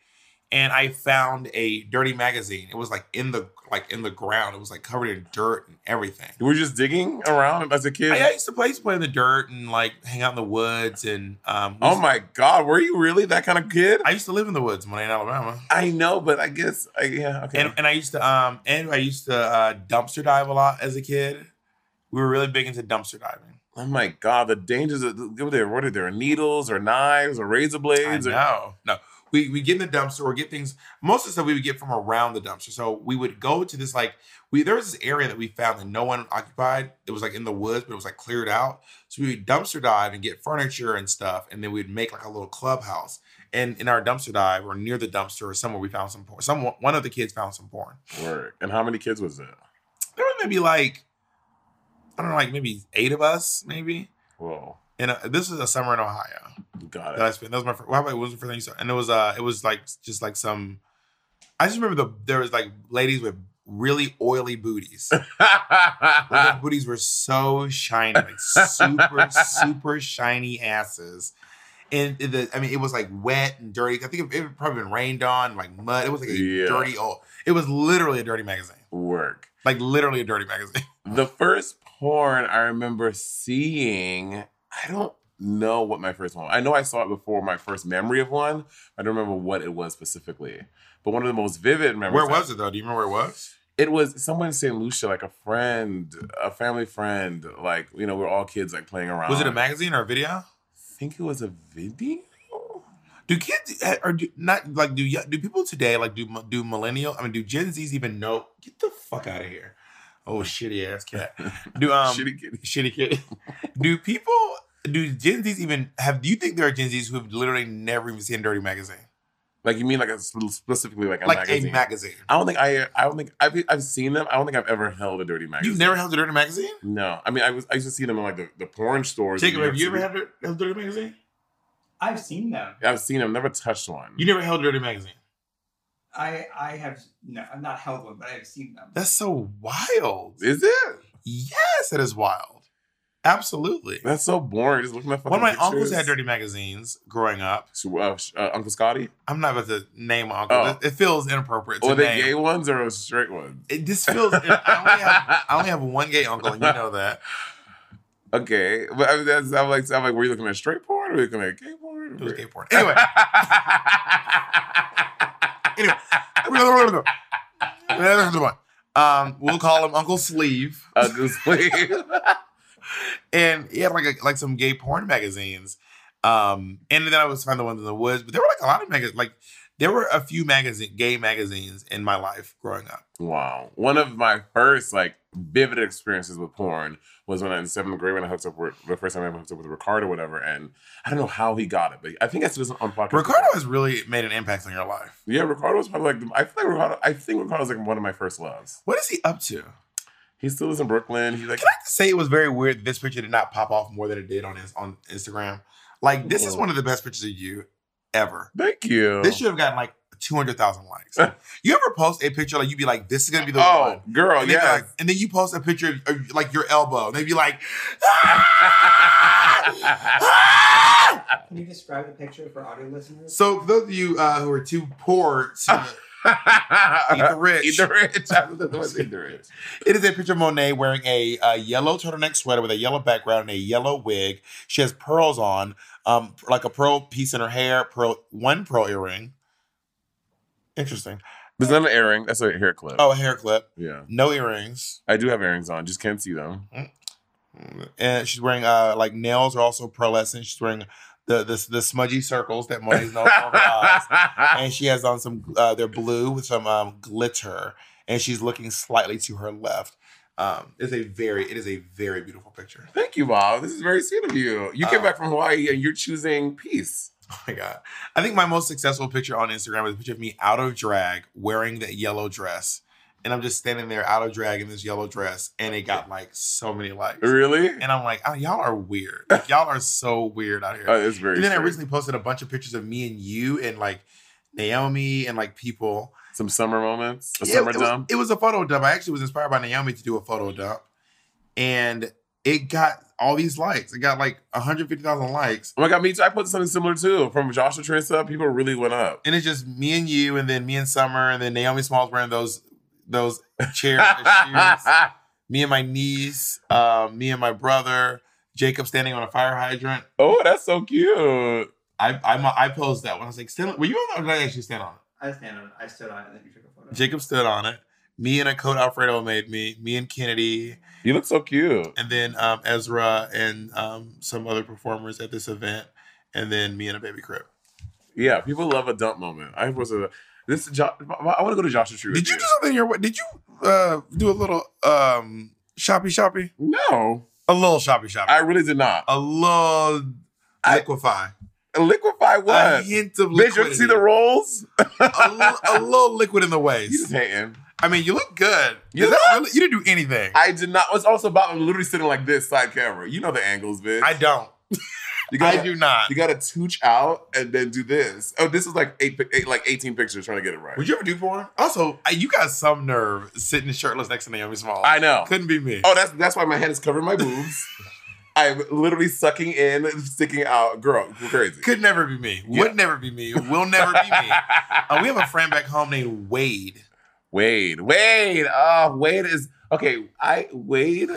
and I found a dirty magazine. It was like in the like in the ground. It was like covered in dirt and everything. You were just digging around as a kid. I, I used to play, used to play in the dirt and like hang out in the woods. And um, we oh used- my god, were you really that kind of kid? I, I used to live in the woods when I in Alabama, know, but I guess I, yeah. Okay. and and I used to um and I used to uh, dumpster dive a lot as a kid. We were really big into dumpster diving. oh my god, the dangers. Of, what, are, what are there? Needles or knives or razor blades? I or, know. No. We we get in the dumpster or get things most of the stuff we would get from around the dumpster. So we would go to this like we there was this area that we found that no one occupied. It was like in the woods, but it was like cleared out. So we would dumpster dive and get furniture and stuff, and then we'd make like a little clubhouse. And in our dumpster dive or near the dumpster or somewhere we found some porn. Some one of the kids found some porn. Word. And how many kids was it? There was maybe like I don't know, like maybe eight of us, maybe. Whoa, And uh, this was a summer in Ohio. got it. that I spent. That was my first. Well, it was the first thing you saw, and it was uh, it was like just like some. I just remember the there was like ladies with really oily booties. Like, their booties were so shiny, like super super shiny asses. And it- the, I mean, it was like wet and dirty. I think it, it had probably been rained on, like mud. It was like a Yeah. dirty old. It was literally a dirty magazine, Work. like literally a dirty magazine. The first porn I remember seeing, I don't know what my first one. I know I saw it before my first memory of one. I don't remember what it was specifically. But one of the most vivid memories. Where was it though? Do you remember where it was? It was someone in St. Lucia, like a friend, a family friend. Like, you know, we we're all kids like playing around. Was it a magazine or a video? I think it was a video. Do kids or do not like do yo- do people today like do do millennial? I mean, do Gen Z's even know? Get the fuck out of here! Oh shitty ass cat. Do um shitty, Shitty kitty. kid. do people do Gen Z's even have? Do you think there are Gen Z's who have literally never even seen Dirty Magazine? Like you mean like a sp- specifically like a like magazine? a magazine. I don't think I I don't think I've I've seen them. I don't think I've ever held a dirty magazine. You've never held a Dirty Magazine? No. I mean I was I used to see them in like the, the porn stores. in Jacob, New have you York ever City. had a- held a Dirty Mm-hmm. Magazine? I've seen them. I've seen them, never touched one. You never held a Dirty Magazine. I I have no, I've not held one, but I have seen them. That's so wild, is it? Yes, it is wild. Absolutely. That's so boring. Just looking at One of my fucking uncles pictures. had dirty magazines growing up. uh, Uncle Scotty? I'm not about to name my uncle. It, it feels inappropriate. To Were Oh. they name. gay ones or straight ones? It just feels. I, only have, I only have one gay uncle, and you know that. Okay, but I mean, that's, I'm like, I'm like, were you looking at straight porn or were you looking at gay porn? It was gay porn. Anyway. anyway. um, we'll call him Uncle Sleeve. Uncle Sleeve. and he had like a, like some gay porn magazines. Um, and then I was find the ones in the woods, but there were like a lot of magazines. Like there were a few magazine gay magazines in my life growing up. Wow. One of my first like vivid experiences with porn was when I was in seventh grade when I hooked up with the first time I hooked up with Ricardo or whatever, and I don't know how he got it, but I think that's just on podcast. Ricardo has really made an impact on your life. Yeah, Ricardo was probably like the- I feel like Ricardo I think Ricardo's like one of my first loves. What is he up to? He still lives in Brooklyn. He's like Can I just say it was very weird that this picture did not pop off more than it did on his on Instagram? Like this is one of the best pictures of you ever. Thank you. This should have gotten like two hundred thousand likes. you ever post a picture like you'd be like, "This is gonna be the Oh, one, girl, and then yes. be like- and then you post a picture of, of like your elbow, and they'd be like, Can you describe the picture for audio listeners? So for those of you uh, who are too poor to eat the rich, Eat the rich. Eat the rich. It is a picture of Monet wearing a uh, yellow turtleneck sweater with a yellow background and a yellow wig. She has pearls on, um, like a pearl piece in her hair, pearl one pearl earring. Interesting. There's not an earring. That's a hair clip. Oh, a hair clip. Yeah. No earrings. I do have earrings on, just can't see them. And she's wearing uh, like nails are also pearlescent. She's wearing the the, the smudgy circles that Monet's known for her eyes. And she has on some uh, they're blue with some um, glitter, and she's looking slightly to her left. Um, it's a very it is a very beautiful picture. Thank you, Bob. This is very sweet of you. You came Uh, back from Hawaii and you're choosing peace. Oh my god! I think my most successful picture on Instagram is a picture of me out of drag wearing that yellow dress, and I'm just standing there out of drag in this yellow dress, and it got like so many likes. Really? And I'm like, oh, y'all are weird. Like, y'all are so weird out here. Oh, it's very And then I strange. recently posted a bunch of pictures of me and you and like Naomi and like people. Some summer moments. A Yeah, summer it was- dump. It was a photo dump. I actually was inspired by Naomi to do a photo dump, and it got all these likes. It got like 150,000 likes. Oh my god, me too. I posted something similar too. From Joshua Trent's up, people really went up. and it's just me and you, and then me and Summer, and then Naomi Smalls wearing those those chairs, and shoes. me and my niece, uh, me and my brother, Jacob standing on a fire hydrant. Oh, that's so cute. I I, I posed that one. I was like, stand, on- were you on that? Or did I actually stand on it? I stand on it. I stood on it, and then you took a photo. Jacob stood on it. Me and a coat Alfredo made me. Me and Kennedy. You look so cute. And then um, Ezra and um, some other performers at this event, and then me and a baby crib. Yeah, people love a dump moment. I posted a, this. Jo- I want to go to Joshua Tree. Did you do something here? Did you uh, do a little um, shoppy shoppy? No. A little shoppy shoppy. I really did not. A little liquefy. liquefy what? A hint of Bitch, you ever see liquidity. the rolls? a, li- a little liquid in the waist. You just hating. I mean, you look good. You Is that look- really- you didn't do anything. I did not. It's also about I'm literally sitting like this side camera. You know the angles, bitch. I don't. You I do not. You gotta tooch out and then do this. Oh, this is like eight, pic- eight like 18 pictures trying to get it right. Would you ever do porn? Also, I- you got some nerve sitting shirtless next to Naomi Small. I know. Couldn't be me. Oh, that's that's why my hand is covering my boobs. I'm literally sucking in, sticking out. Girl, you're crazy. Could never be me. Would never be me. Will never be me. Uh, we have a friend back home named Wade. Wade. Wade. Oh, Wade is okay. I Wade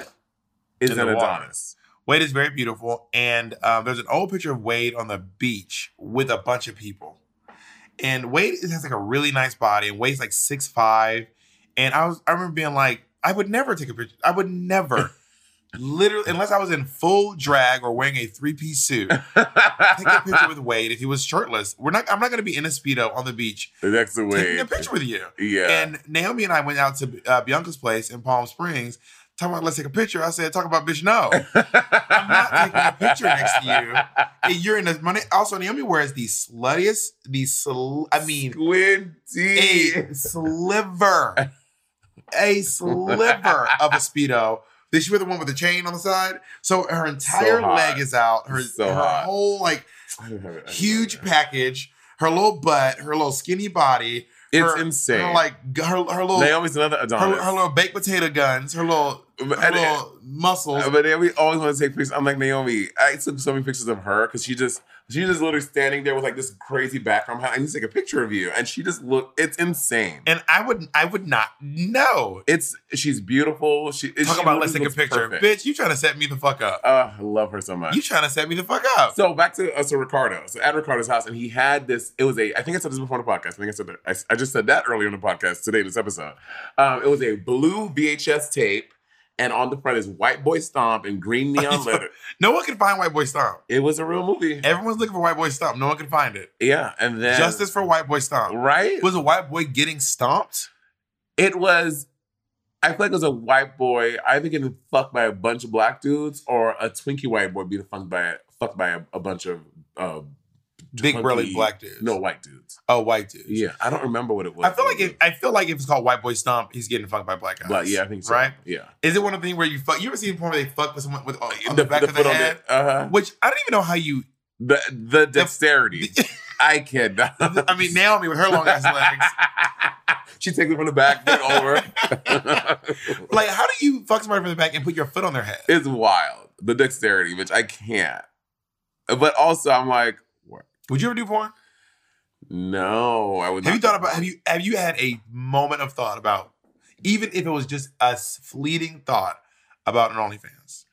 is In an the water. Adonis. Wade is very beautiful, and um, there's an old picture of Wade on the beach with a bunch of people. And Wade is- has like a really nice body, and Wade's like six five. And I was, I remember being like, I would never take a picture. I would never, literally, unless I was in full drag or wearing a three piece suit, take a picture with Wade if he was shirtless. We're not. I'm not going to be in a speedo on the beach That's the taking a Wade. picture with you. Yeah. And Naomi and I went out to uh, Bianca's place in Palm Springs. Talking about let's take a picture. I said, talk about bitch, no. I'm not taking a picture next to you. And you're in this money. Also, Naomi wears the sluttiest, the sl- I mean, Squinty. a sliver, a sliver of a speedo. Did she wear the one with the chain on the side? So her entire hot. leg is out. Her, So her hot. whole like I don't have it. huge package, her little butt, her little skinny body, It's her- insane. her, like her, her little Naomi's another Adonis. Her, her little baked potato guns, her little, her and- little muscles. Uh, But then we always want to take pictures. I'm like Naomi. I took so many pictures of her because she just she's just literally standing there with like this crazy background. I need to take a picture of you, and she just look. It's insane. And I would I would not know. It's she's beautiful. She Talk she about really let's take a looks picture, perfect. bitch. You trying to set me the fuck up? Uh, I love her so much. you trying to set me the fuck up? So back to uh, so Ricardo. So at Ricardo's house, and he had this. It was a. I think I said this before on the podcast. I think I said that. I, I just said that earlier in the podcast today. This episode. Um, it was a blue VHS tape, and on the front is White Boy Stomp and green neon letter. no one can find White Boy Stomp. It was a real movie. Everyone's looking for White Boy Stomp. No one can find it. Yeah, and then Justice for White Boy Stomp. right. Was a white boy getting stomped? It was. I feel like it was a white boy either getting fucked by a bunch of black dudes or a twinkie white boy being fucked by fucked by a, a bunch of uh, Big burly twinkie- black dudes. No white dudes. Oh, white dudes. Yeah, I don't remember what it was. I feel like if I feel like if it's called White Boy Stomp, he's getting fucked by black guys. But yeah, I think so. Right? Yeah. Is it one of the things where you fuck? You ever seen porn where they fuck with someone with uh, on the, back of the foot on head? uh-huh. Which I don't even know how you. the the dexterity. I cannot. I mean, Naomi with her long ass legs. she takes it from the back, foot over. Like, how do you fuck somebody from the back and put your foot on their head? it's wild. The dexterity, which I can't. But also, I'm like, what? Would you ever do porn? No, I would. Have you not- thought about? Have you have you had a moment of thought about, even if it was just a s- fleeting thought about an OnlyFans?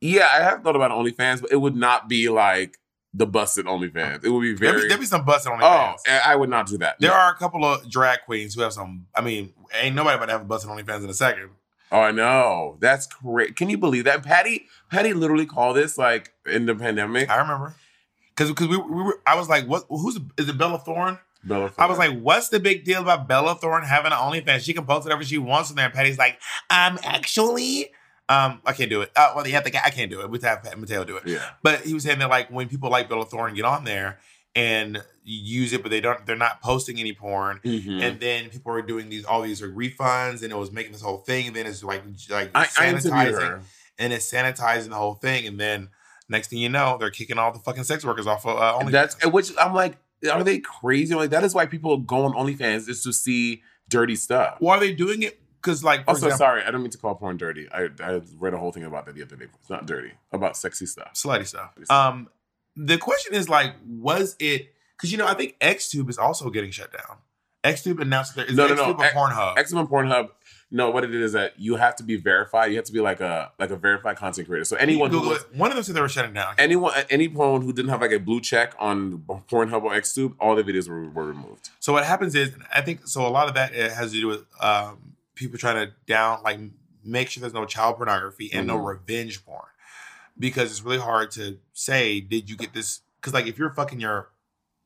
Yeah, I have thought about OnlyFans, but it would not be like the busted OnlyFans. It would be There'd very. be, there'd be some busting oh, OnlyFans. and I would not do that. there No. are a couple of drag queens who have some. I mean, ain't nobody about to have a busting OnlyFans in a second. Oh, I know. That's great. Can you believe that? Patty, Patty literally called this like in the pandemic. I remember. Cause, cause we, we were, I was like, what? Who's is it? Bella Thorne? Bella I was like, what's the big deal about Bella Thorne having an OnlyFans? She can post whatever she wants on there. And Patty's like, um, actually, um, I can't do it. Uh, well, yeah, the guy, I can't do it. We have to have Mateo do it. yeah. But he was saying that like when people like Bella Thorne get on there and use it, but they don't, they're not posting any porn. Mhm. And then people are doing these all these refunds, and it was making this whole thing. And then it's like like I, I interviewed sanitizing her. and it's sanitizing the whole thing. And then next thing you know, they're kicking all the fucking sex workers off of uh, OnlyFans. That's which I'm like, are they crazy? I'm like, that is why people go on OnlyFans is to see dirty stuff. Why are they doing it? Because like, for also, example, sorry, I don't mean to call porn dirty. I, I read a whole thing about that the other day. It's not dirty. About sexy stuff. slutty stuff. Um, the question is like, was it? Because you know, I think XTube is also getting shut down. XTube announced that there is No, no, XTube no. a X- Pornhub. X Men Pornhub. No, what it is that you have to be verified. You have to be like a like a verified content creator. So anyone who Google was it. one of them said they were shutting down. anyone anyone who didn't have like a blue check on Pornhub or XTube, all the videos were, were removed. So what happens is, I think so. A lot of that it has to do with um, people trying to down, like make sure there's no child pornography and no Mhm. revenge porn, because it's really hard to say did you get this? Because like if you're fucking your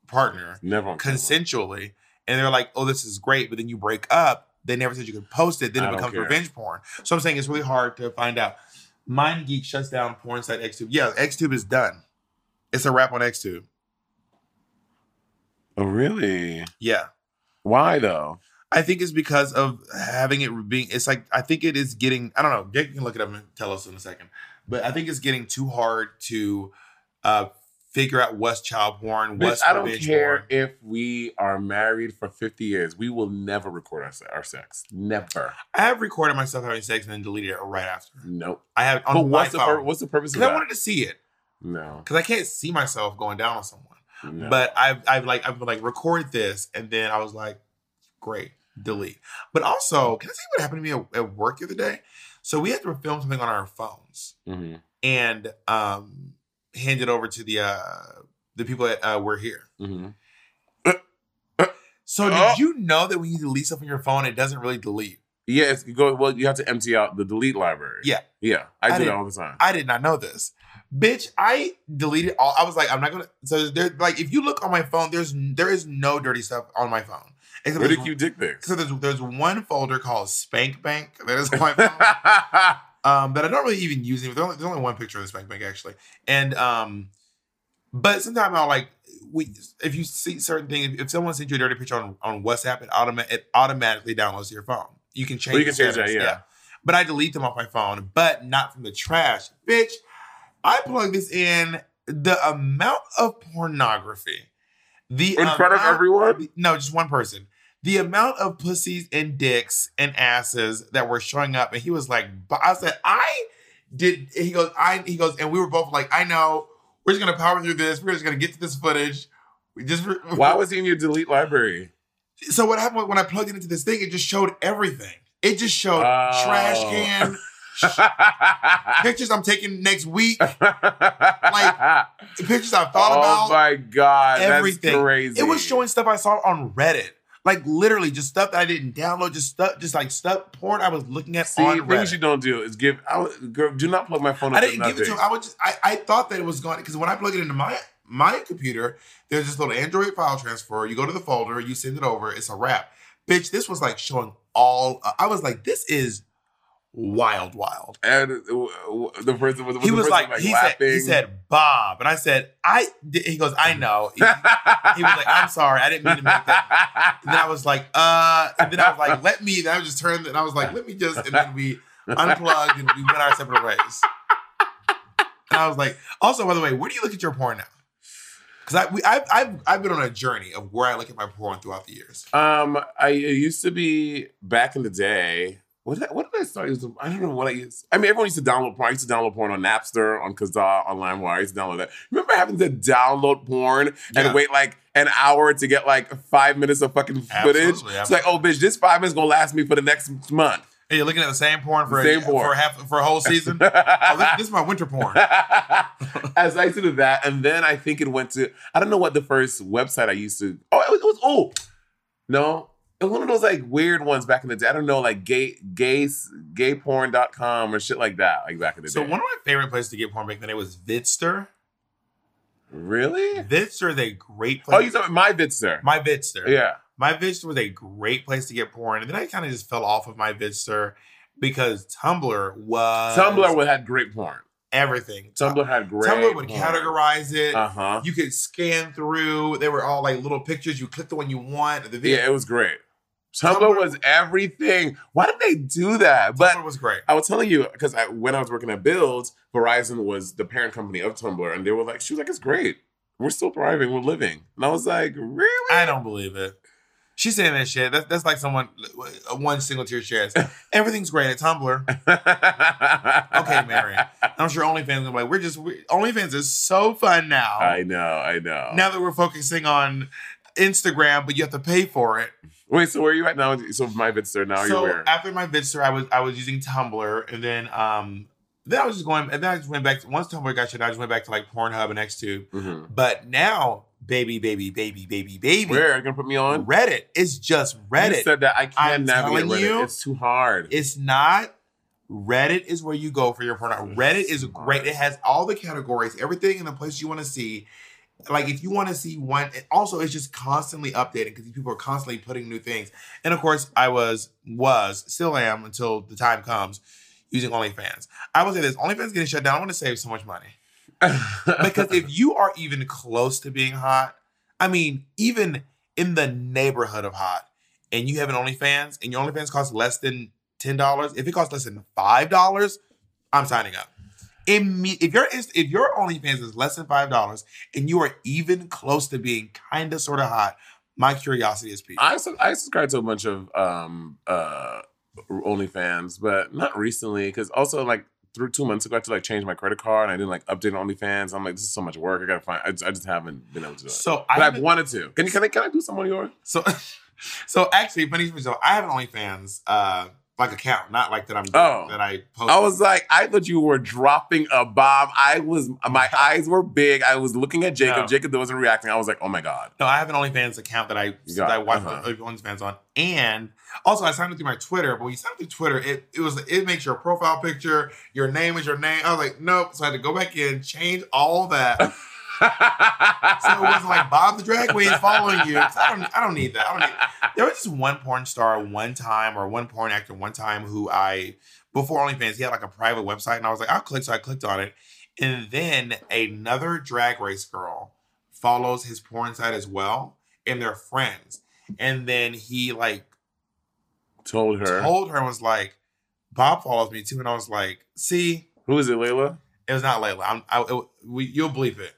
partner Never on camera. consensually, and they're like, oh, this is great, but then you break up, they never said you could post it, then I it don't becomes care. revenge porn. So I'm saying it's really hard to find out. Mind Geek shuts down porn site XTube. Yeah, XTube is done. It's a wrap on XTube. Oh really? Yeah. Why though? I think it's because of having it being. It's like I think it is getting. I don't know. Jake can look it up and tell us in a second. But I think it's getting too hard to uh, figure out what's child porn, Bitch, what's I don't revenge care porn. if we are married for 50 years. We will never record our, se- our sex. Never. I have recorded myself having sex and then deleted it right after. Nope. I have on but my what's the, pur- phone what's the purpose of because I that? wanted to see it no. because I can't see myself going down on someone. no. But I've I've like I've been like record this and then I was like, great, delete. But also, can I tell you what happened to me at, at work the other day? So we had to film something on our phones. Mhm, and um hand it over to the uh the people that uh, were here. mhm. So did Oh. you know that when you delete stuff on your phone, it doesn't really delete? Yeah, it's you go well, you have to empty out the delete library. Yeah. Yeah. I, I do that didn't- all the time. I did not know this. Bitch, I deleted all I was like, I'm not gonna so there like if you look on my phone, there's there is no dirty stuff on my phone. Except Where there's, did you dick pics? so there's there's one folder called Spank Bank that is on my phone. um, that I don't really even use. Any, there's, only, there's only one picture of the spank bank actually, and um, but sometimes I'll like we if you see certain things, if someone sends you a dirty picture on, on WhatsApp, it automa- it automatically downloads to your phone. You can change. Well, you can the change that, settings, yeah. But I delete them off my phone, but not from the trash, bitch. I plug this in. The amount of pornography, the In front of amount- everyone? No, just one person. The amount of pussies and dicks and asses that were showing up, and he was like, "But-" I said, I did. He goes, I. He goes, and we were both like, I know. We're just gonna power through this. We're just gonna get to this footage. We just. Why was he in your delete library? So what happened when I plugged it into this thing? It just showed everything. It just showed Oh. trash can pictures I'm taking next week. like pictures I thought oh about. my god, everything. that's crazy. It was showing stuff I saw on Reddit. Like literally just stuff that I didn't download, just stuff, just like stuff porn I was looking at See, on things Reddit. you don't do is give. I, would- girl, do not plug my phone. I up didn't give it to him. I would just I, I thought that it was going because when I plug it into my my computer, there's this little Android file transfer. You go to the folder, you send it over, it's a wrap. Bitch, this was like showing all uh, I was like, this is wild, wild. And uh, w- w- the person was. was he the was person, like, he said, he laughing? said Bob, and I said, I. He goes, I know. He, he was like, I'm sorry, I didn't mean to make that. And then I was like, uh, and then I was like, let me. And I just turned, and I was like, let me just, and then we unplugged and we went our separate ways. And I was like, also, by the way, where do you look at your porn now? Because I, we, I've, I've, I've been on a journey of where I look at my porn throughout the years. Um, I it used to be back in the day. What did I, what did I start using? I don't know what I used. I mean, everyone used to download porn. I used to download porn on Napster, on Kazaa, on LimeWire. I used to download that. Remember having to download porn and Yeah. wait like an hour to get like five minutes of fucking footage? Absolutely, It's like, oh, bitch, this five minutes gonna last me for the next month. And you're looking at the same porn for Same a, porn. for half for a whole season. oh, this, this is my winter porn. As I used to do that, and then I think it went to I don't know what the first website I used to. Oh, it was, it was oh, no, it was one of those like weird ones back in the day. I don't know, like gay gay gayporn.com or shit like that, like back in the So day. one of my favorite places to get porn back then it was Vidster. really? Vidster is a great place. Oh, you said my Vidster. My Vidster. Yeah. My Vidster was a great place to get porn. And then I kind of just fell off of my Vidster because Tumblr was Tumblr would- had great porn. everything. Tumblr had great. Uh, Tumblr would categorize it. Uh huh. You could scan through. They were all like little pictures. You click the one you want. The video. Yeah, it was great. Tumblr was everything. Why did they do that? But Tumblr was great. I was telling you because I, when I was working at Build, Verizon was the parent company of Tumblr, and they were like, she was like, it's great. We're still thriving. We're living. And I was like, really? I don't believe it. She's saying that shit. That's, that's like someone uh, one single tear shares. Everything's great at Tumblr. okay, Mary. I'm sure OnlyFans gonna be like, we're just we, OnlyFans is so fun now. I know. I know. now that we're focusing on Instagram, but you have to pay for it. Wait. So where are you at now? So my Vidster. Now you're so where? after my Vidster, I was I was using Tumblr, and then um then I was just going, and then I just went back to once Tumblr got shut, down, I just went back to like Pornhub and Xtube. Mhm. But now, baby, baby, baby, baby, baby, Where are you gonna put me on? Reddit. It's just Reddit. You said that I can't I'm navigate telling Reddit. you. it's too hard. It's not. Reddit is where you go for your porn. Reddit is great. It has all the categories, everything in the place you want to see. Like if you want to see one, and also it's just constantly updating because people are constantly putting new things. And of course, I was was still am until the time comes using OnlyFans. I will say this: OnlyFans getting shut down. I want to save so much money because if you are even close to being hot, I mean, even in the neighborhood of hot, and you have an OnlyFans, and your OnlyFans costs less than ten dollars. If it costs less than five dollars, I'm signing up. Imme- if your Inst- if your OnlyFans is less than five dollars, and you are even close to being kind of sort of hot, my curiosity is piqued. I sub- I subscribe to a bunch of um uh OnlyFans, but not recently because also like through two months ago I had to like change my credit card and I didn't like update OnlyFans. I'm like, this is so much work. I gotta find. I just, I just haven't been able to do it. So but I I've haven't- wanted to. Can you can I can I do some on yours? So, so actually, funny story. So I have an OnlyFans uh like account, not like that I'm Oh. that I post. I was like, I thought you were dropping a bomb. I was, my eyes were big. I was looking at Jacob. No. Jacob wasn't reacting. I was like, oh my god. No, I have an OnlyFans account that I Yeah, that I watch uh-huh. other people's OnlyFans on, and also I signed up through my Twitter. But when you sign up through Twitter, it, it was it makes your profile picture, your name is your name. I was like, nope. So I had to go back in, change all that. so it wasn't like Bob the drag queen following you. 'Cause I don't I don't need that. I don't need. There was just one porn star one time or one porn actor one time who I before OnlyFans he had like a private website, and I was like, I'll click. So I clicked on it, and then another drag race girl follows his porn site as well, and they're friends. And then he like Told her. told her and was like, "Bob follows me too," and I was like, "See, Who is it, Layla? it was not Layla. I'm, I, it, we, you'll believe it."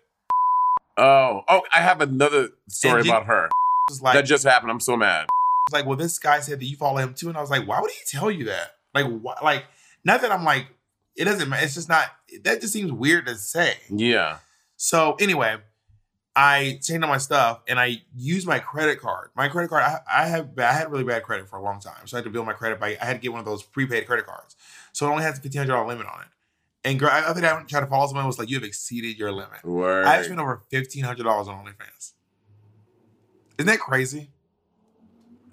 Oh, oh, I have another story And you- about her It was like that just happened. I'm so mad. was like, well, this guy said that you follow him too. And I was like, why would he tell you that? Like, why, like, not that I'm like, it doesn't matter. It's just not, that just seems weird to say. Yeah. So anyway, I changed all my stuff and I used my credit card. My credit card, I, I have I had really bad credit for a long time, so I had to build my credit. By I had to get one of those prepaid credit cards, so it only has a fifteen hundred dollar limit on it. And girl, I, I think I tried to follow someone who was like, "You have exceeded your limit." Word. I spent over fifteen hundred dollars on OnlyFans. Isn't that crazy?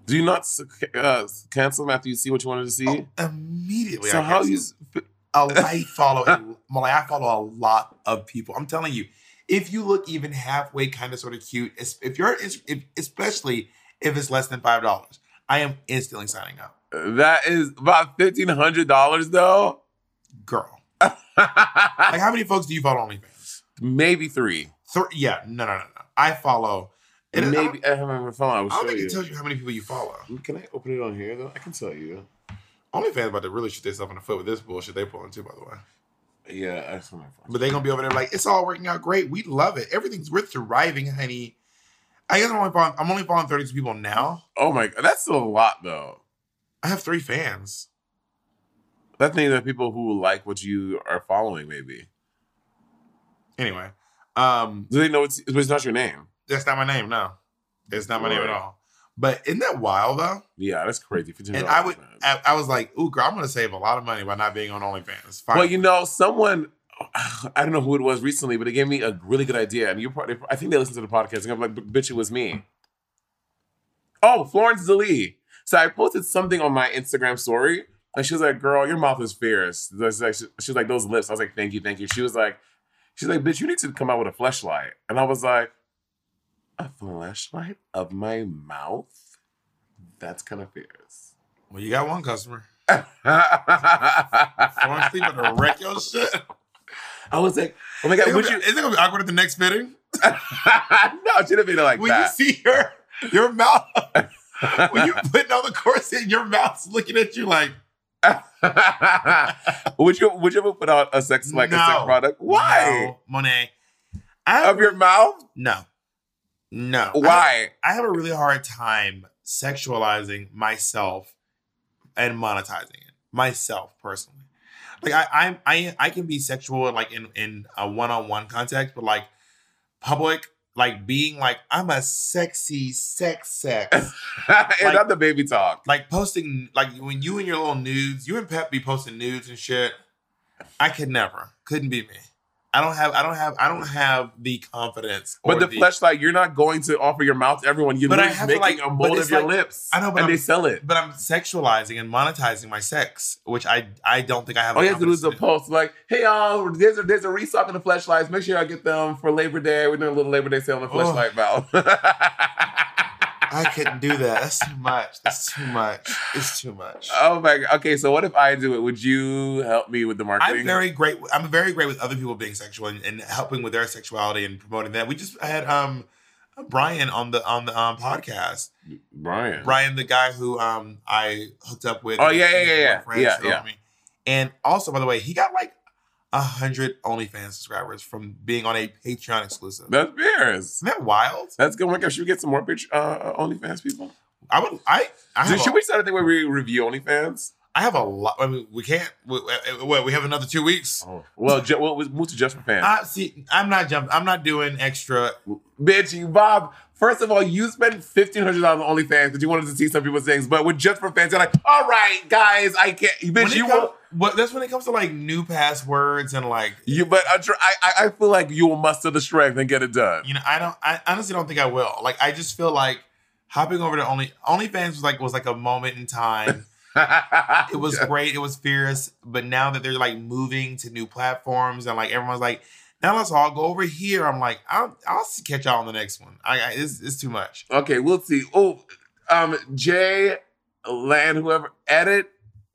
Do you not s- uh, cancel after you see what you wanted to see? Oh, Immediately, so I how canceled. you? I I follow a, well, like, I follow a lot of people. I'm telling you, if you look even halfway kind of sort of cute, es- if you're es- if, especially if it's less than five dollars, I am instantly signing up. That is about fifteen hundred dollars though. Girl, like how many folks do you follow on OnlyFans? Maybe three. Three? Yeah, no, no, no, no. I follow. and I don't- Maybe I, haven't even found. I will I don't show think you. Mm, it tells you how many people you follow. Can I open it on here though? I can tell you. OnlyFans about to really shoot themselves in the foot with this bullshit they pulling too, by the way. Yeah, I saw my phone. But they're gonna be over there like it's all working out great. We love it. Everything's we're thriving, honey. I guess I'm only following, I'm only following 32 people now. Oh my god, that's still a lot though. I have three fans. That thing that people who like what you are following maybe. Anyway, um, Do they know it's, it's not your name? that's not my name. No, it's not my name at Right. all. But isn't that wild though? Yeah, that's crazy. $15 And I would, man. I, I was like, "Ooh, girl, I'm gonna save a lot of money by not being on OnlyFans." Fine. Well, you know, someone I don't know who it was recently, but it gave me a really good idea. And you probably, I think they listened to the podcast, and I'm like, "Bitch, it was me." Oh, Florence Zelee. So I posted something on my Instagram story, and she was like, "Girl, your mouth is fierce." That's like- She was like, "Those lips." I was like, "Thank you, thank you." She was like, "She's like, bitch, you need to come out with a fleshlight," and I was like, "A fleshlight of my mouth? That's kind of fierce." well, you got one customer. Florence Lee I about to wreck your shit. was like, "Oh my god, would Is you?" it gonna be awkward at the next fitting? no, she didn't mean it like when that. you see her, your mouth, when you putting on the corset, your mouth's looking at you like, would you would you ever put out a sex like a sex No. product? Why? no, Monet? I Of your mouth? no, no. Why? I, I have a really hard time sexualizing myself and monetizing it myself personally. Like I, I, I, I can be sexual like in in a one on one context, but like public, like being like I'm a sexy sex sex. and not the baby talk. like posting like when you and your little nudes, you and Pep be posting nudes and shit. I could never. Couldn't be me. I don't have I don't have I don't have the confidence. But or the fleshlight, you're not going to offer your mouth to everyone. You're But I literally have to, making like- a but mold it's of your like- lips. I know, but and they I'm- sell it. But I'm sexualizing and monetizing my sex, which I I don't think I have All Oh, the you have to do is a confidence post like, "Hey y'all, there's a there's a restock of the fleshlights. Make sure I get them for Labor Day. We're doing a little Labor Day sale on the Oh. fleshlight valve." do. I couldn't do that. That's too much. That's too much. It's too much. oh my god. Okay, so what if I do it? Would you help me with the marketing? I'm very great. I'm very great with other people being sexual and, and helping with their sexuality and promoting that. We just had um Brian on the on the um, podcast. Brian. Brian, the guy who um I hooked up with. Oh, yeah, yeah, yeah, yeah. Friends, Yeah, you know yeah. what I mean? And also, by the way, he got like a hundred OnlyFans subscribers from being on a Patreon exclusive. That's fierst. Isn't that wild? That's good. Should we get some more pitch, uh, OnlyFans people? I would. I. I Dude, have, should a, we start a thing where we review OnlyFans? I have a lot. I mean, we can't. We, we- we, we have another two weeks. Oh. Well, ju- well, we move to just for fans. I see. I'm not jumping. I'm not doing extra. Bitch, you Bob. First of all, you spent fifteen hundred dollars on OnlyFans because you wanted to see some people's things, but with just for fans, you're like, all right, guys, I can't. When Bitch, it you come- will. What, that's when it comes to like new passwords and like You, but I, tr- I, I- I feel like you will muster the strength and get it done. you know I don't I honestly don't think I will like I just feel like hopping over to only OnlyFans was like was like a moment in time it was great. It was fierce. But now that they're like moving to new platforms and like everyone's like, now let's all go over here. I'm like, I'll, I'll s- catch y'all on the next one. I, I it's, it's too much. Okay, we'll see. Oh, um, Jay Land, whoever edit,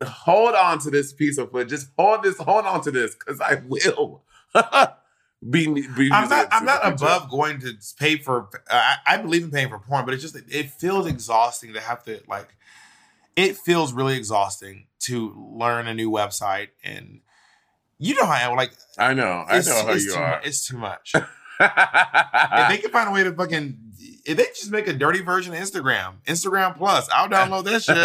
hold on to this piece of foot. Just hold this, hold on to this, because I will be. be I'm using it not. I'm to not the future. above going to pay for. I, I believe in paying for porn, but it's just it feels exhausting to have to like. It feels really exhausting to learn a new website and. You know how I am. Like I know. I it's, know how it's you too, are. mu- It's too much. if they can find a way to fucking if they just make a dirty version of Instagram, Instagram Plus, I'll download that shit.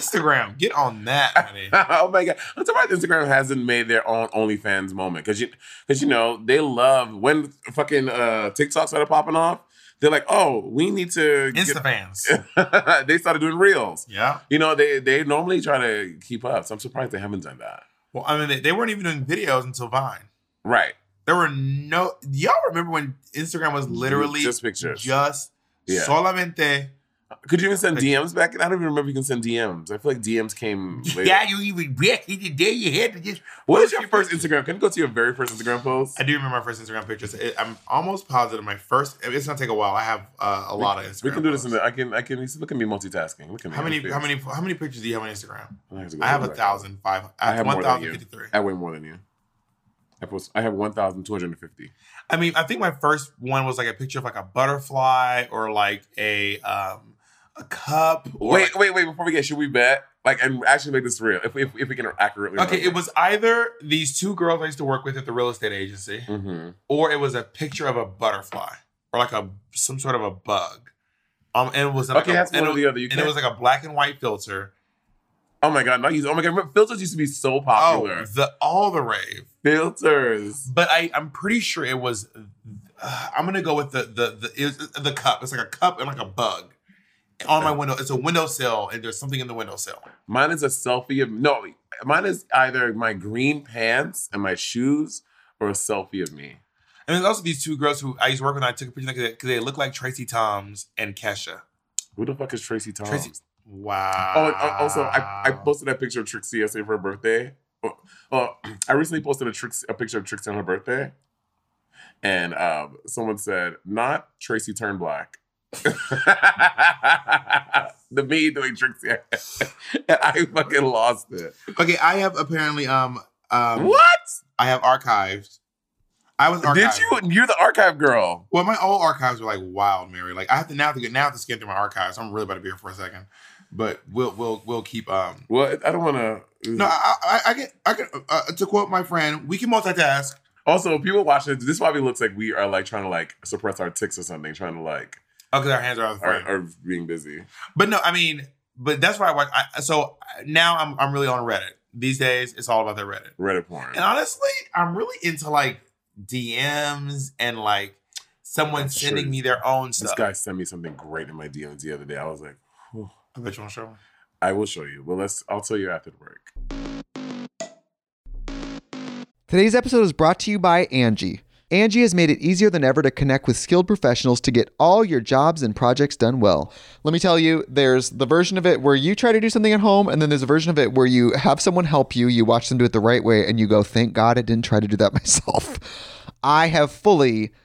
Instagram, get on that, honey. oh my god! I'm surprised Instagram hasn't made their own OnlyFans moment because you because you know they love when fucking uh, TikTok started popping off. They're like, oh, we need to get- Instafans. they started doing reels. Yeah. You know, they they normally try to keep up, so I'm surprised they haven't done that. Well, I mean, they, they weren't even doing videos until Vine. Right. There were no. Y'all remember when Instagram was literally Just pictures. just Yeah. solamente. Could you even send DMs back? I don't even remember if you can send DMs. I feel like DMs came later. Yeah, you even back in the day you had to just. What was your first Instagram? Can you go to your very first Instagram post? I do remember my first Instagram pictures. It- I'm almost positive my first. It's gonna take a while. I have uh, a lot of Instagram. We can do this in posts. the. I can. I can. Look at me multitasking. Look at me. How many? I'm How many? fierce. How many pictures do you have on Instagram? I have to go I have a look. thousand five. uh, I have one more than thousand you. fifty-three. I weigh more than you. I post. I have one thousand two hundred and fifty. I mean, I think my first one was like a picture of like a butterfly or like a um a cup. Or Wait, wait, wait. Before we get, should we bet? Like, and actually make this real. If if, if we can accurately. Okay, it was either these two girls I used to work with at the real estate agency, hmm or it was a picture of a butterfly or like a some sort of a bug. Um, and it was like Okay, a, that's and one it, or the other. You and it can't- was like a black and white filter. Oh my god! Not using. Oh my god! Filters used to be so popular. Oh, the all the rave. Filters. But I, I'm pretty sure it was. Uh, I'm gonna go with the the the, it was uh, the cup. It's like a cup and like a bug on my window. It's a windowsill, and there's something in the windowsill. Mine is a selfie of no. Mine is either my green pants and my shoes, or a selfie of me. And there's also these two girls who I used to work with. And I took a picture because they, look like Tracy Toms and Kesha. Who the fuck is Tracy Toms? Tracy- Wow. Oh, and, uh, also, I, I posted that picture of Trixie yesterday for her birthday. Oh, oh, I recently posted a Trix, a picture of Trixie on her birthday, and um, someone said, "Not Tracy turn black." the me doing Trixie, and I fucking lost it. okay. I have apparently um um what I have archived. I was archived. did you? You're the archive girl. Well, my old archives were like wild, Mary. Like I have to now have to get now I have to scan through my archives. I'm really about to be here for a second, but we'll we'll we'll keep um. Well, I don't want to. No, I I, I can I can uh, to quote my friend, we can multitask. Also, people watching this probably looks like we are like trying to like suppress our tics or something, trying to like Oh, because our hands are on the are, frame. are being busy. But no, I mean, but that's why I watch. I, so now I'm I'm really on Reddit these days. It's all about the Reddit. Reddit porn. And honestly, I'm really into like DMs and like someone I'm sure sending this- me their own This stuff. guy sent me something great in my DMs the other day. I was like, "Whew." I bet you want to show. me. I will show you. Well, let's. I'll tell you after the break. Today's episode is brought to you by Angie. Angie has made it easier than ever to connect with skilled professionals to get all your jobs and projects done well. Let me tell you, there's the version of it where you try to do something at home, and then there's a version of it where you have someone help you, you watch them do it the right way, and you go, thank God I didn't try to do that myself. I have fully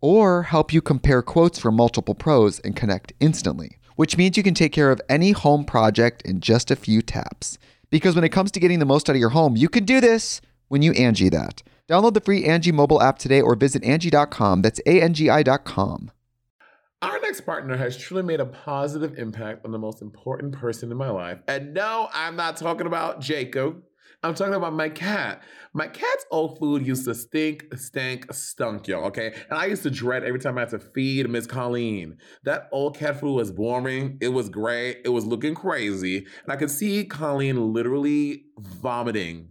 or help you compare quotes from multiple pros and connect instantly, which means you can take care of any home project in just a few taps. Because when it comes to getting the most out of your home, you can do this when you Angie that. Download the free Angie mobile app today or visit Angie.com. That's A-N-G-I dot com. Our next partner has truly made a positive impact on the most important person in my life. And no, I'm not talking about Jacob. I'm talking about my cat. My cat's old food used to stink, stank, stunk, y'all, okay? And I used to dread every time I had to feed Miss Colleen. That old cat food was boring, it was gray, it was looking crazy. And I could see Colleen literally vomiting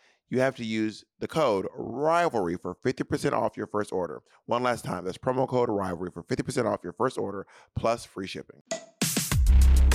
you have to use the code rivalry for 50% off your first order. One last time, that's promo code rivalry for 50% off your first order plus free shipping.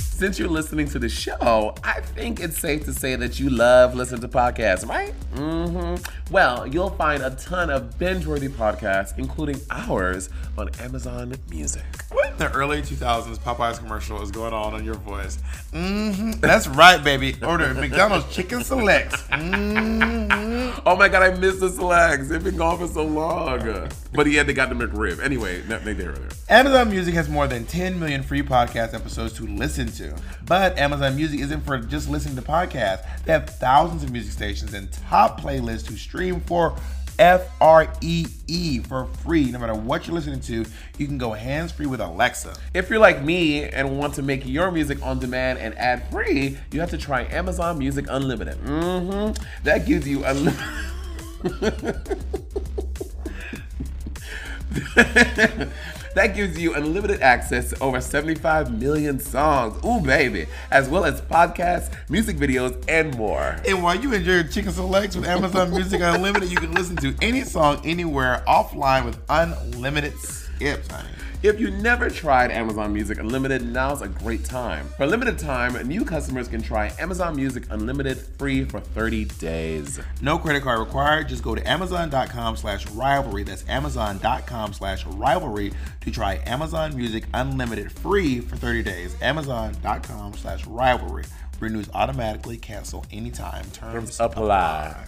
Since you're listening to the show, I think it's safe to say that you love listening to podcasts, right? Mm-hmm. Well, you'll find a ton of binge-worthy podcasts, including ours, on Amazon Music. What in the early 2000s Popeyes commercial is going on in your voice? Mm-hmm. That's right, baby. Order McDonald's Chicken Selects. Mm-hmm. Oh my God, I miss the Slacks. They've been gone for so long. But yeah, they got the McRib. Anyway, that they did earlier. Amazon Music has more than 10 million free podcast episodes to listen to. But Amazon Music isn't for just listening to podcasts. They have thousands of music stations and top playlists to stream for F R E E for free. No matter what you're listening to, you can go hands free with Alexa. If you're like me and want to make your music on demand and ad free, you have to try Amazon Music Unlimited. Mm-hmm. That gives you unlimited. that gives you unlimited access to over 75 million songs. Ooh, baby. As well as podcasts, music videos, and more. And while you enjoy your chicken selects with Amazon Music Unlimited, you can listen to any song anywhere offline with unlimited skips, honey. If you never tried Amazon Music Unlimited, now's a great time. For a limited time, new customers can try Amazon Music Unlimited free for 30 days. No credit card required. Just go to amazon.com slash rivalry. That's amazon.com slash rivalry to try Amazon Music Unlimited free for 30 days. Amazon.com slash rivalry. Renews automatically. Cancel anytime. Terms apply.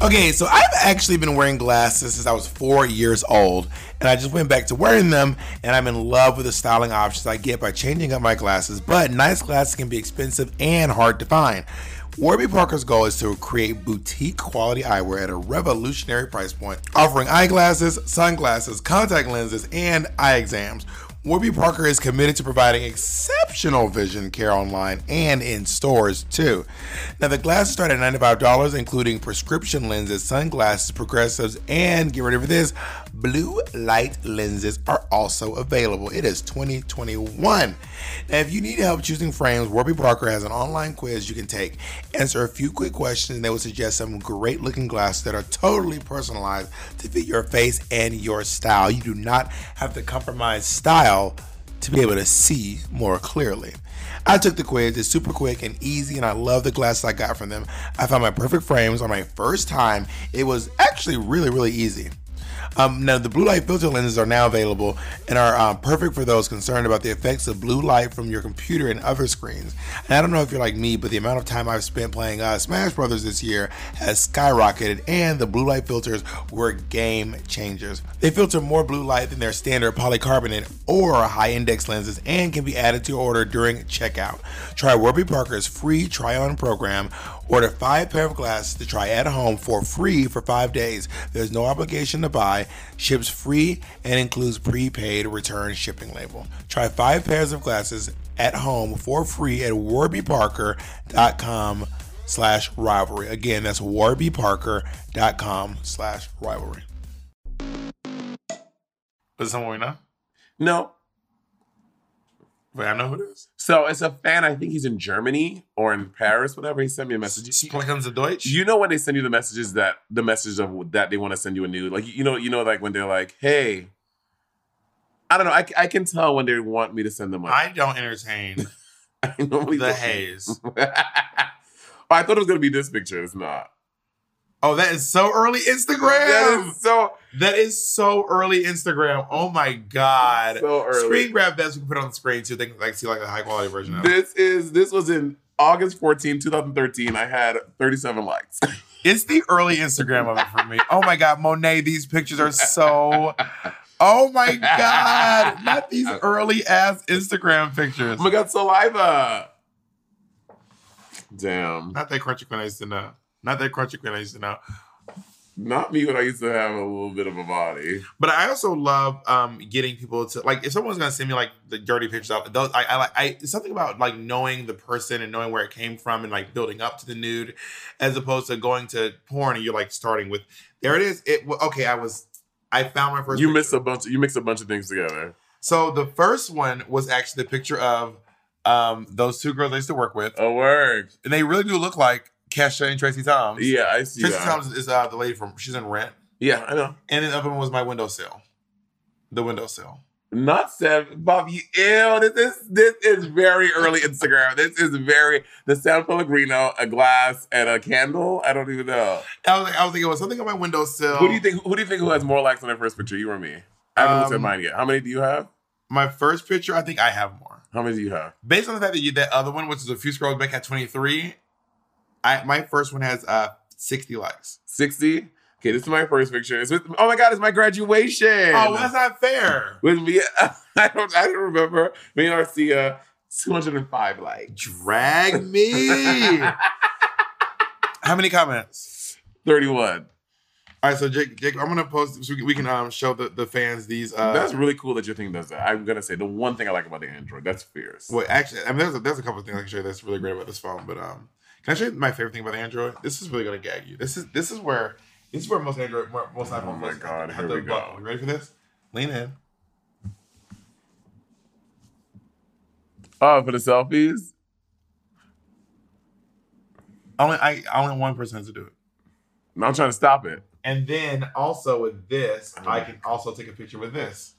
Okay, so I've actually been wearing glasses since I was four years old, and I just went back to wearing them, and I'm in love with the styling options I get by changing up my glasses. But nice glasses can be expensive and hard to find. Warby Parker's goal is to create boutique quality eyewear at a revolutionary price point, offering eyeglasses, sunglasses, contact lenses, and eye exams. Warby Parker is committed to providing exceptional vision care online and in stores too. Now the glasses start at $95, including prescription lenses, sunglasses, progressives, and get ready for this, blue light lenses are also available. It is 2021. Now if you need help choosing frames, Warby Parker has an online quiz you can take. Answer a few quick questions and they will suggest some great looking glasses that are totally personalized to fit your face and your style. You do not have to compromise style to be able to see more clearly. I took the quiz, it's super quick and easy, and I love the glasses I got from them. I found my perfect frames on my first time. It was actually really, really easy. Um, now, the blue light filter lenses are now available and are um, perfect for those concerned about the effects of blue light from your computer and other screens. And I don't know if you're like me, but the amount of time I've spent playing uh, Smash Brothers this year has skyrocketed, and the blue light filters were game changers. They filter more blue light than their standard polycarbonate or high index lenses and can be added to your order during checkout. Try Warby Parker's free try on program. Order five pair of glasses to try at home for free for five days. There's no obligation to buy, ships free, and includes prepaid return shipping label. Try five pairs of glasses at home for free at warbyparker.com slash rivalry. Again, that's warbyparker.com slash rivalry. Is it someone we know? No. Wait, I know who it is. So it's a fan. I think he's in Germany or in Paris, whatever. He sent me a message. Splickens of Deutsch. You know when they send you the messages that the message of that they want to send you a nude. Like you know, you know, like when they're like, "Hey, I don't know. I, I can tell when they want me to send them. Up. I don't entertain I normally the don't. Oh, haze. I thought it was gonna be this picture. It's not. Oh, that is so early Instagram. That is so That is so early Instagram. Oh my god. so early. Screen grab that so we can put it on the screen too. They can like see like a high quality version of it. This is this was in August 14, 2013. I had 37 likes. It's the early Instagram of it for me. Oh my god, Monet, these pictures are so Oh my god. Not these early ass Instagram pictures. Oh my god, saliva. Damn. Not that crunchy queen I used to know. Not that crunchy queen I used to know. Not me when I used to have a little bit of a body. But I also love um, getting people to like if someone's gonna send me like the dirty pictures out. Those I, I like I it's something about like knowing the person and knowing where it came from and like building up to the nude, as opposed to going to porn and you're like starting with there it is. It well, okay. I was I found my first. You picture. miss a bunch you mix a bunch of things together. So the first one was actually the picture of um, those two girls I used to work with, A word. and they really do look like Kesha and Tracy Toms. Yeah, I see Tracy that. Toms is uh, the lady from she's in Rent, yeah, I know. and the other one was my windowsill, the windowsill. Not seven. Bob, you ew, this is this is very early Instagram. This is very the San Pellegrino, a glass, and a candle. I don't even know. I was like, I was thinking it was something on my windowsill. Who do you think? Who do you think who has more likes on their first picture? You or me? I haven't looked at Oh. Um, mine yet. How many do you have? My first picture, I think I have more. How many do you have? Based on the fact that you that other one, which is a few scrolls back at 23, I my first one has uh 60 likes. Sixty. Okay, this is my first picture. It's with. Oh my god, it's my graduation. oh, that's not fair. with me. I don't. I don't remember. Me and Arcia, two hundred and five likes, Drag me. How many comments? thirty-one. All right, so Jake, Jake, I'm gonna post so we can, we can um show the, the fans these. Uh, that's really cool that your thing does that. I'm gonna say the one thing I like about the Android. That's fierce. Well, actually, I mean, there's a, there's a couple of things I can show you that's really great about this phone, but um, can I show you my favorite thing about the Android? This is really gonna gag you. This is this is where this is where most Android, where most iPhone. Oh my phones God, have here the we go. button. You ready for this? Lean in. Oh, for the selfies. Only I only one person has to do it. No, I'm trying to stop it. And then also with this, Oh I can also take a picture with this.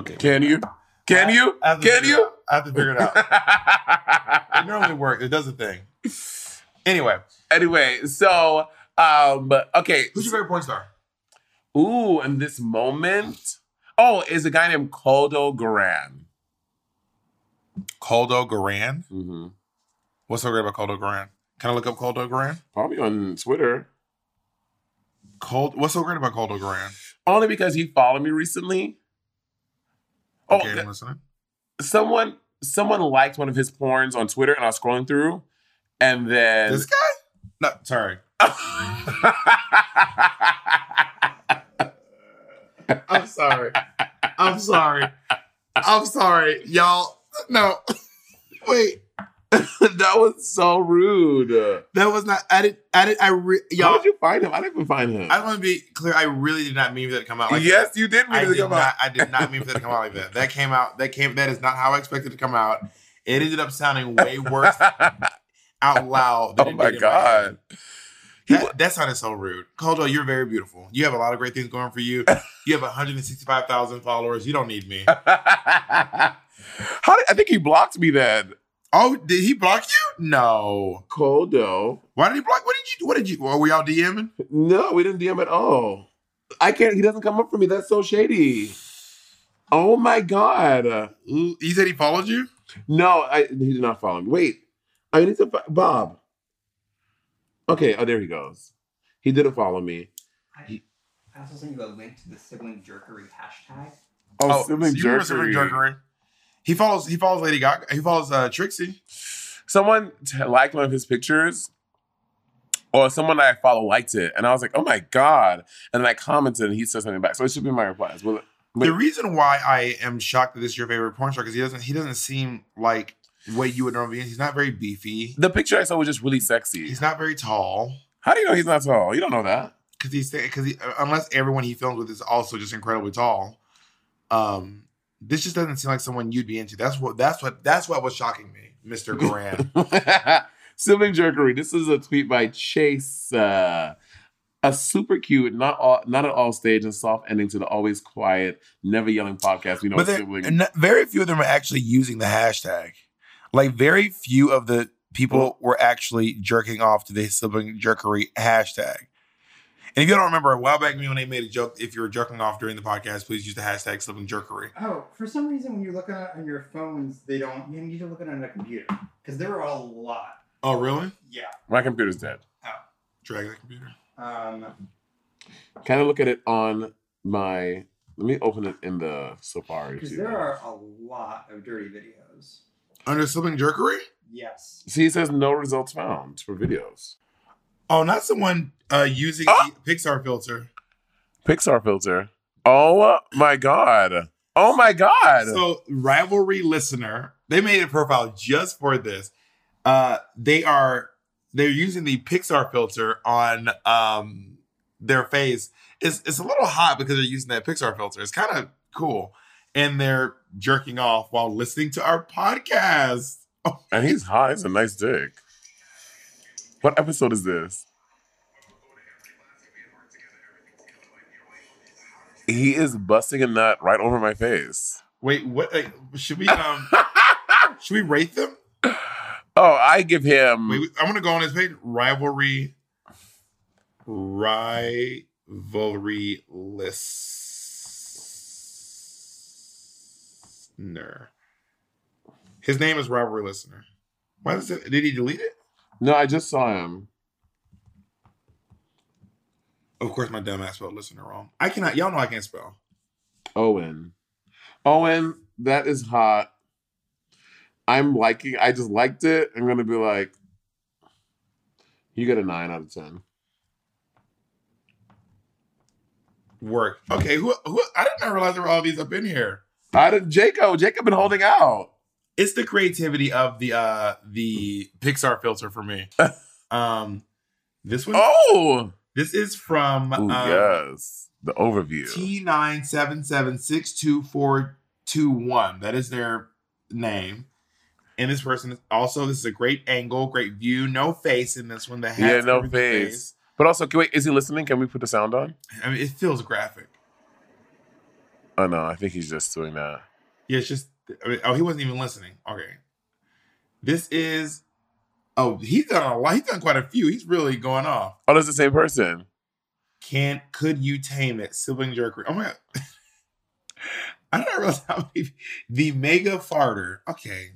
Okay. Can you? Can you? I have to Can figure it you? out. I have to figure it out. it normally works. It does a thing. Anyway, anyway, so um, okay. who's your favorite porn star? Ooh, in this moment. Oh, is a guy named Koldo Garan. Caldo Garan. Mm-hmm. What's so great about Caldo Garan? Can I look up Caldo Garan? Probably on Twitter. Cold. What's so great about Caldo Garan? Only because he followed me recently. Oh, Okay, th- I'm listening. someone someone liked one of his porns on Twitter, and I was scrolling through, and then This guy? No, sorry. I'm sorry. I'm sorry. I'm sorry, y'all. No, wait. that was so rude. That was not. I did. I did. I re, How y'all. did you find him? I didn't even find him. I want to be clear. I really did not mean for that to come out like yes, you did. that. I mean to did come not. out. I did not mean for that to come out like that. That came out. That came. That is not how I expected it to come out. It ended up sounding way worse out loud. than oh it my did in head. god. He wa- That, that sounded so rude. Caldwell, you're very beautiful. You have a lot of great things going for you. You have 165,000 followers. You don't need me. How did, I think he blocked me then. Oh, did he block you? No. Koldo. Why did he block? What did you? What did you? Well, were y'all DMing? No, we didn't DM at all. I can't. He doesn't come up for me. That's so shady. Oh my god. Ooh, He said he followed you. No, I, he did not follow me. Wait, I need to fi- Bob. Okay. Oh, there he goes. He didn't follow me. I, I also sent you a link to the sibling jerkery hashtag. Oh, Oh, so you were sibling jerkery. He follows. He follows Lady Gaga. He follows uh, Trixie. Someone t- liked one of his pictures, or someone that I follow liked it, and I was like, "Oh my god!" And then I commented, and he said something back. So it should be my replies. Well, The reason why I am shocked that this is your favorite porn star because he doesn't. He doesn't seem like what you would normally. be. He's not very beefy. the picture I saw was just really sexy. He's not very tall. How do you know he's not tall? You don't know that. because he's because he, uh, unless everyone he films with is also just incredibly tall, um, this just doesn't seem like someone you'd be into. That's what that's what that's what was shocking me, Mister Graham. Sibling jerkery. This is a tweet by Chase. Uh, a super cute, not all, not at all stage and soft ending to the always quiet, never yelling podcast. We know but it's there, sibling. n- very few of them are actually using the hashtag. Like very few of the people were actually jerking off to the sibling jerkery hashtag. And if you don't remember, a while back, me when they made a joke, if you were jerking off during the podcast, please use the hashtag sibling jerkery. Oh, for some reason, when you're looking at it on your phones, they don't. You need to look at it on a computer because there are a lot. Oh, really? Yeah. My computer's dead. Drag that computer. Um, Can I look at it on my? Let me open it in the Safari. because too. there are a lot of dirty videos. Under sibling jerkery? Yes. See, it says no results found for videos. Oh, not someone uh, using the Pixar filter. Pixar filter. Oh my god. Oh my god. So, rivalry listener, they made a profile just for this. Uh, they are they're using the Pixar filter on um their face. It's it's a little hot because they're using that Pixar filter. It's kind of cool, and they're jerking off while listening to our podcast. and he's hot. He's a nice dick. What episode is this? He is busting a nut right over my face. Wait, what? Like, should we um should we rate them? Oh, I give him. Wait, I'm gonna go on his page. Rivalry, rivalry listener. His name is rivalry listener. Why does it? Did he delete it? No, I just saw him. Of course, my dumb ass spelled listener wrong. I cannot. Y'all know I can't spell. Owen. Owen, that is hot. I'm liking. I just liked it. I'm gonna be like, you get a nine out of ten. Work. Okay. Who? Who? I did not realize there were all these up in here. How did Jacob? Jacob been holding out. It's the creativity of the uh the Pixar filter for me. um, this one. Oh, this is from. Ooh, um, yes, the overview. T nine seven seven six two four two one. That is their name. And this person is also this is a great angle, great view, no face in this one. The yeah, hat's no covered the face. But also, can, wait, is he listening? Can we put the sound on? I mean, it feels graphic. Oh no, I think he's just doing that. Yeah, it's just. I mean, oh, he wasn't even listening. Okay, this is. Oh, he's done a lot. He's done quite a few. He's really going off. Oh, that's the same person. Can could you tame it? Sibling jerkery. Oh my god. I don't realize how many. The mega farter. Okay.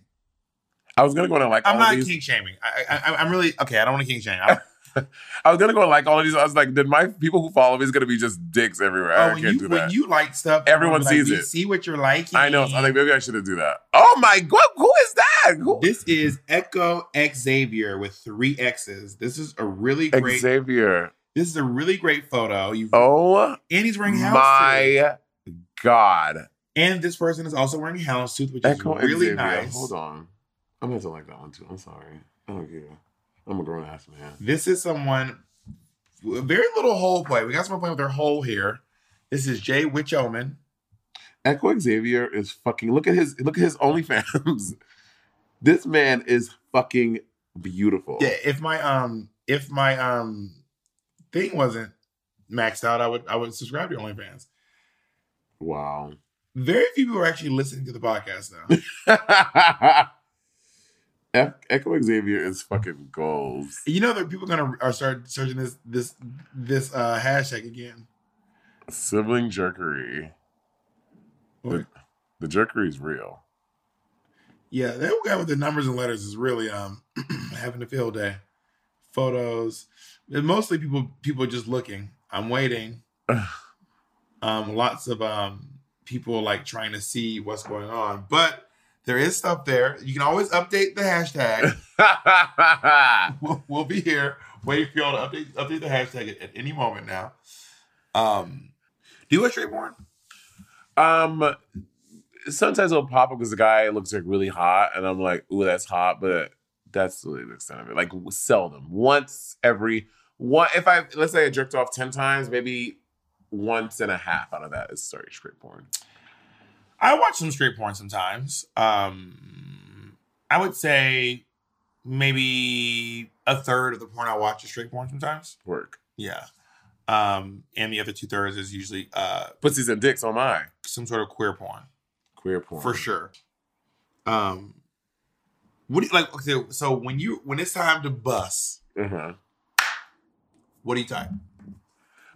I was gonna go and like I'm all not these. king shaming. I, I, I- I'm really okay. I don't want to king shame. I, I was gonna go and like all of these. I was like, then my people who follow me is gonna be just dicks everywhere. I oh, when can't you do when that. you like stuff, Everyone people be like, sees "We it." See what you're liking. I know. So I think maybe I shouldn't do that. Oh my god, who is that? Who? this is Echo Xavier with three X's. This is a really great. Xavier. This is a really great photo. You Oh and he's wearing houndstooth. my god. and this person is also wearing houndstooth, which Echo is really Xavier. nice. Hold on. I'm gonna have to like that one too. I'm sorry. I don't care. I'm a grown ass man. This is someone very little hole play. We got someone playing with their hole here. This is Jay Witch Omen. Echo Xavier is fucking look at his look at his OnlyFans. this man is fucking beautiful. Yeah, if my um if my um thing wasn't maxed out, I would I would subscribe to OnlyFans. Wow. Very few people are actually listening to the podcast now. Ec- Echo Xavier is fucking gold. you know that people are gonna are start searching this this this uh hashtag again. Sibling jerkery. The, the jerkery is real. Yeah, that guy with the numbers and letters is really um having a field day. Photos, and mostly people people just looking. I'm waiting. um, lots of um people like trying to see what's going on, but there is stuff there. You can always update the hashtag. we'll, we'll be here waiting for y'all to update update the hashtag at, at any moment now. Um, do you watch Rayborn? Um, sometimes it'll pop up because the guy looks like really hot, and I'm like, "Ooh, that's hot," but that's really the extent of it. Like seldom, once every What if I let's say I jerked off ten times, maybe once and a half out of that is sorry straight porn. I watch some straight porn sometimes. Um, I would say maybe a third of the porn I watch is straight porn sometimes. Work. Yeah. Um, and the other two thirds is usually uh, pussies and dicks on my some sort of queer porn queer porn for sure. Um, what do you like? Okay, so when you when it's time to bust, Uh-huh. what do you type?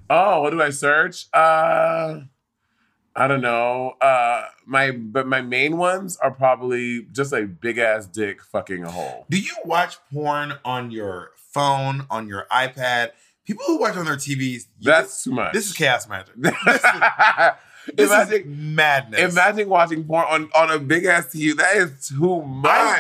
Oh, what do I search? Uh I don't know. Uh my but my main ones are probably just a big ass dick fucking a hole. Do you watch porn on your phone, on your iPad? People who watch on their TVs, you- That's too much. This is chaos magic. This is imagine, madness. imagine watching porn on, on a big ass TV. That is too I,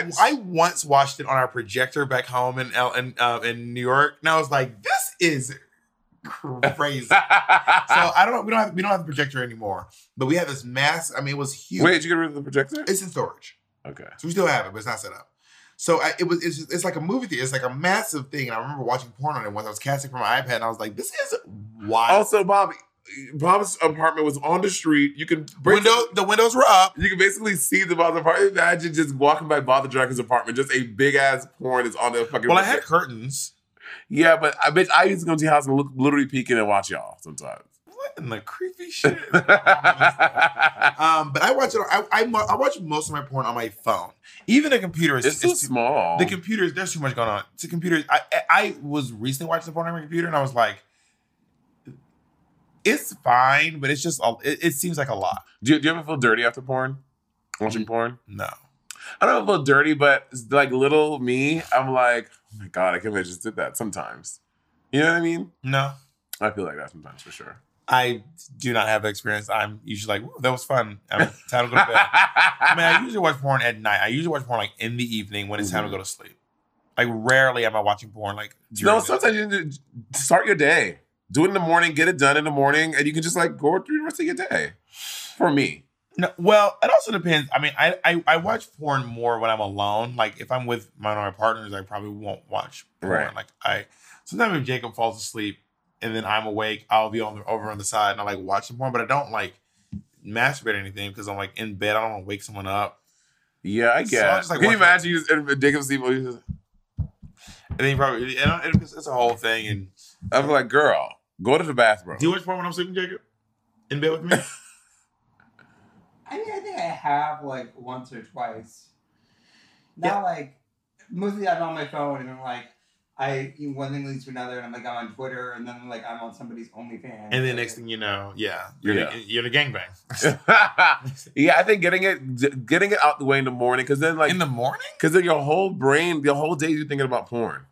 much. I once watched it on our projector back home in L- in, uh, in New York, and I was like, "This is crazy." so I don't. We don't have. We don't have the projector anymore, but we had this mass. I mean, it was huge. Wait, did you get rid of the projector? it's in storage, Okay. so we still have it, but it's not set up. So I, it was. It's, just, it's like a movie theater. It's like a massive thing. And I remember watching porn on it once. I was casting from my iPad, and I was like, "This is wild." Also, Bobby, Bob's apartment was on the street. You can window. The windows were up. You can basically see the Bob's apartment. Imagine just walking by Bob the Dragon's apartment. Just a big ass porn is on the fucking. Well, I had curtains. Yeah, but I bitch, I used to go to your house and look literally peek in and watch y'all sometimes. What in the creepy shit? Um, but I watch it. I, I mo- I watch most of my porn on my phone. Even the computer is it's too small. The computers, there's too much going on. It's a computer. I, I I was recently watching the porn on my computer, and I was like, it's fine, but it's just a, it, it seems like a lot. do, you, do you ever feel dirty after porn? Mm. Watching porn? No, I don't feel dirty, but like little me, I'm like, oh my god, I can't believe I just did that. Sometimes, you know what I mean? no, I feel like that sometimes for sure. I do not have that experience. I'm usually like, "Ooh, that was fun. I'm time to go to bed. I mean, I usually watch porn at night. I usually watch porn like in the evening when it's time to go to sleep. Like rarely am I watching porn like. during Mm-hmm. the- No, sometimes you need to start your day. Do it in the morning, get it done in the morning, and you can just like go through the rest of your day. For me. No, well, it also depends. I mean, I, I I watch porn more when I'm alone. Like if I'm with my my partners, I probably won't watch porn. Right. Like I sometimes if Jacob falls asleep and then I'm awake, I'll be on the over on the side and I like watch the porn, but I don't like masturbate or anything because I'm like in bed. I don't want to wake someone up. Yeah, I So guess. I just, like, can you watch my- imagine you just in ridiculous people? you just- And then you probably and I- it's, it's a whole thing. And I'm like, girl, go to the bathroom. do you watch porn when I'm sleeping, Jacob? In bed with me? I mean, I think I have like once or twice. Not Yeah. like mostly I'm on my phone and I'm like I one thing leads to another and I'm like I'm on Twitter and then like I'm on somebody's OnlyFans. and then next thing you know, yeah, you're Yeah. the, you're the gangbang yeah, I think getting it getting it out the way in the morning because then like in the morning. because then your whole brain, the whole day you're thinking about porn.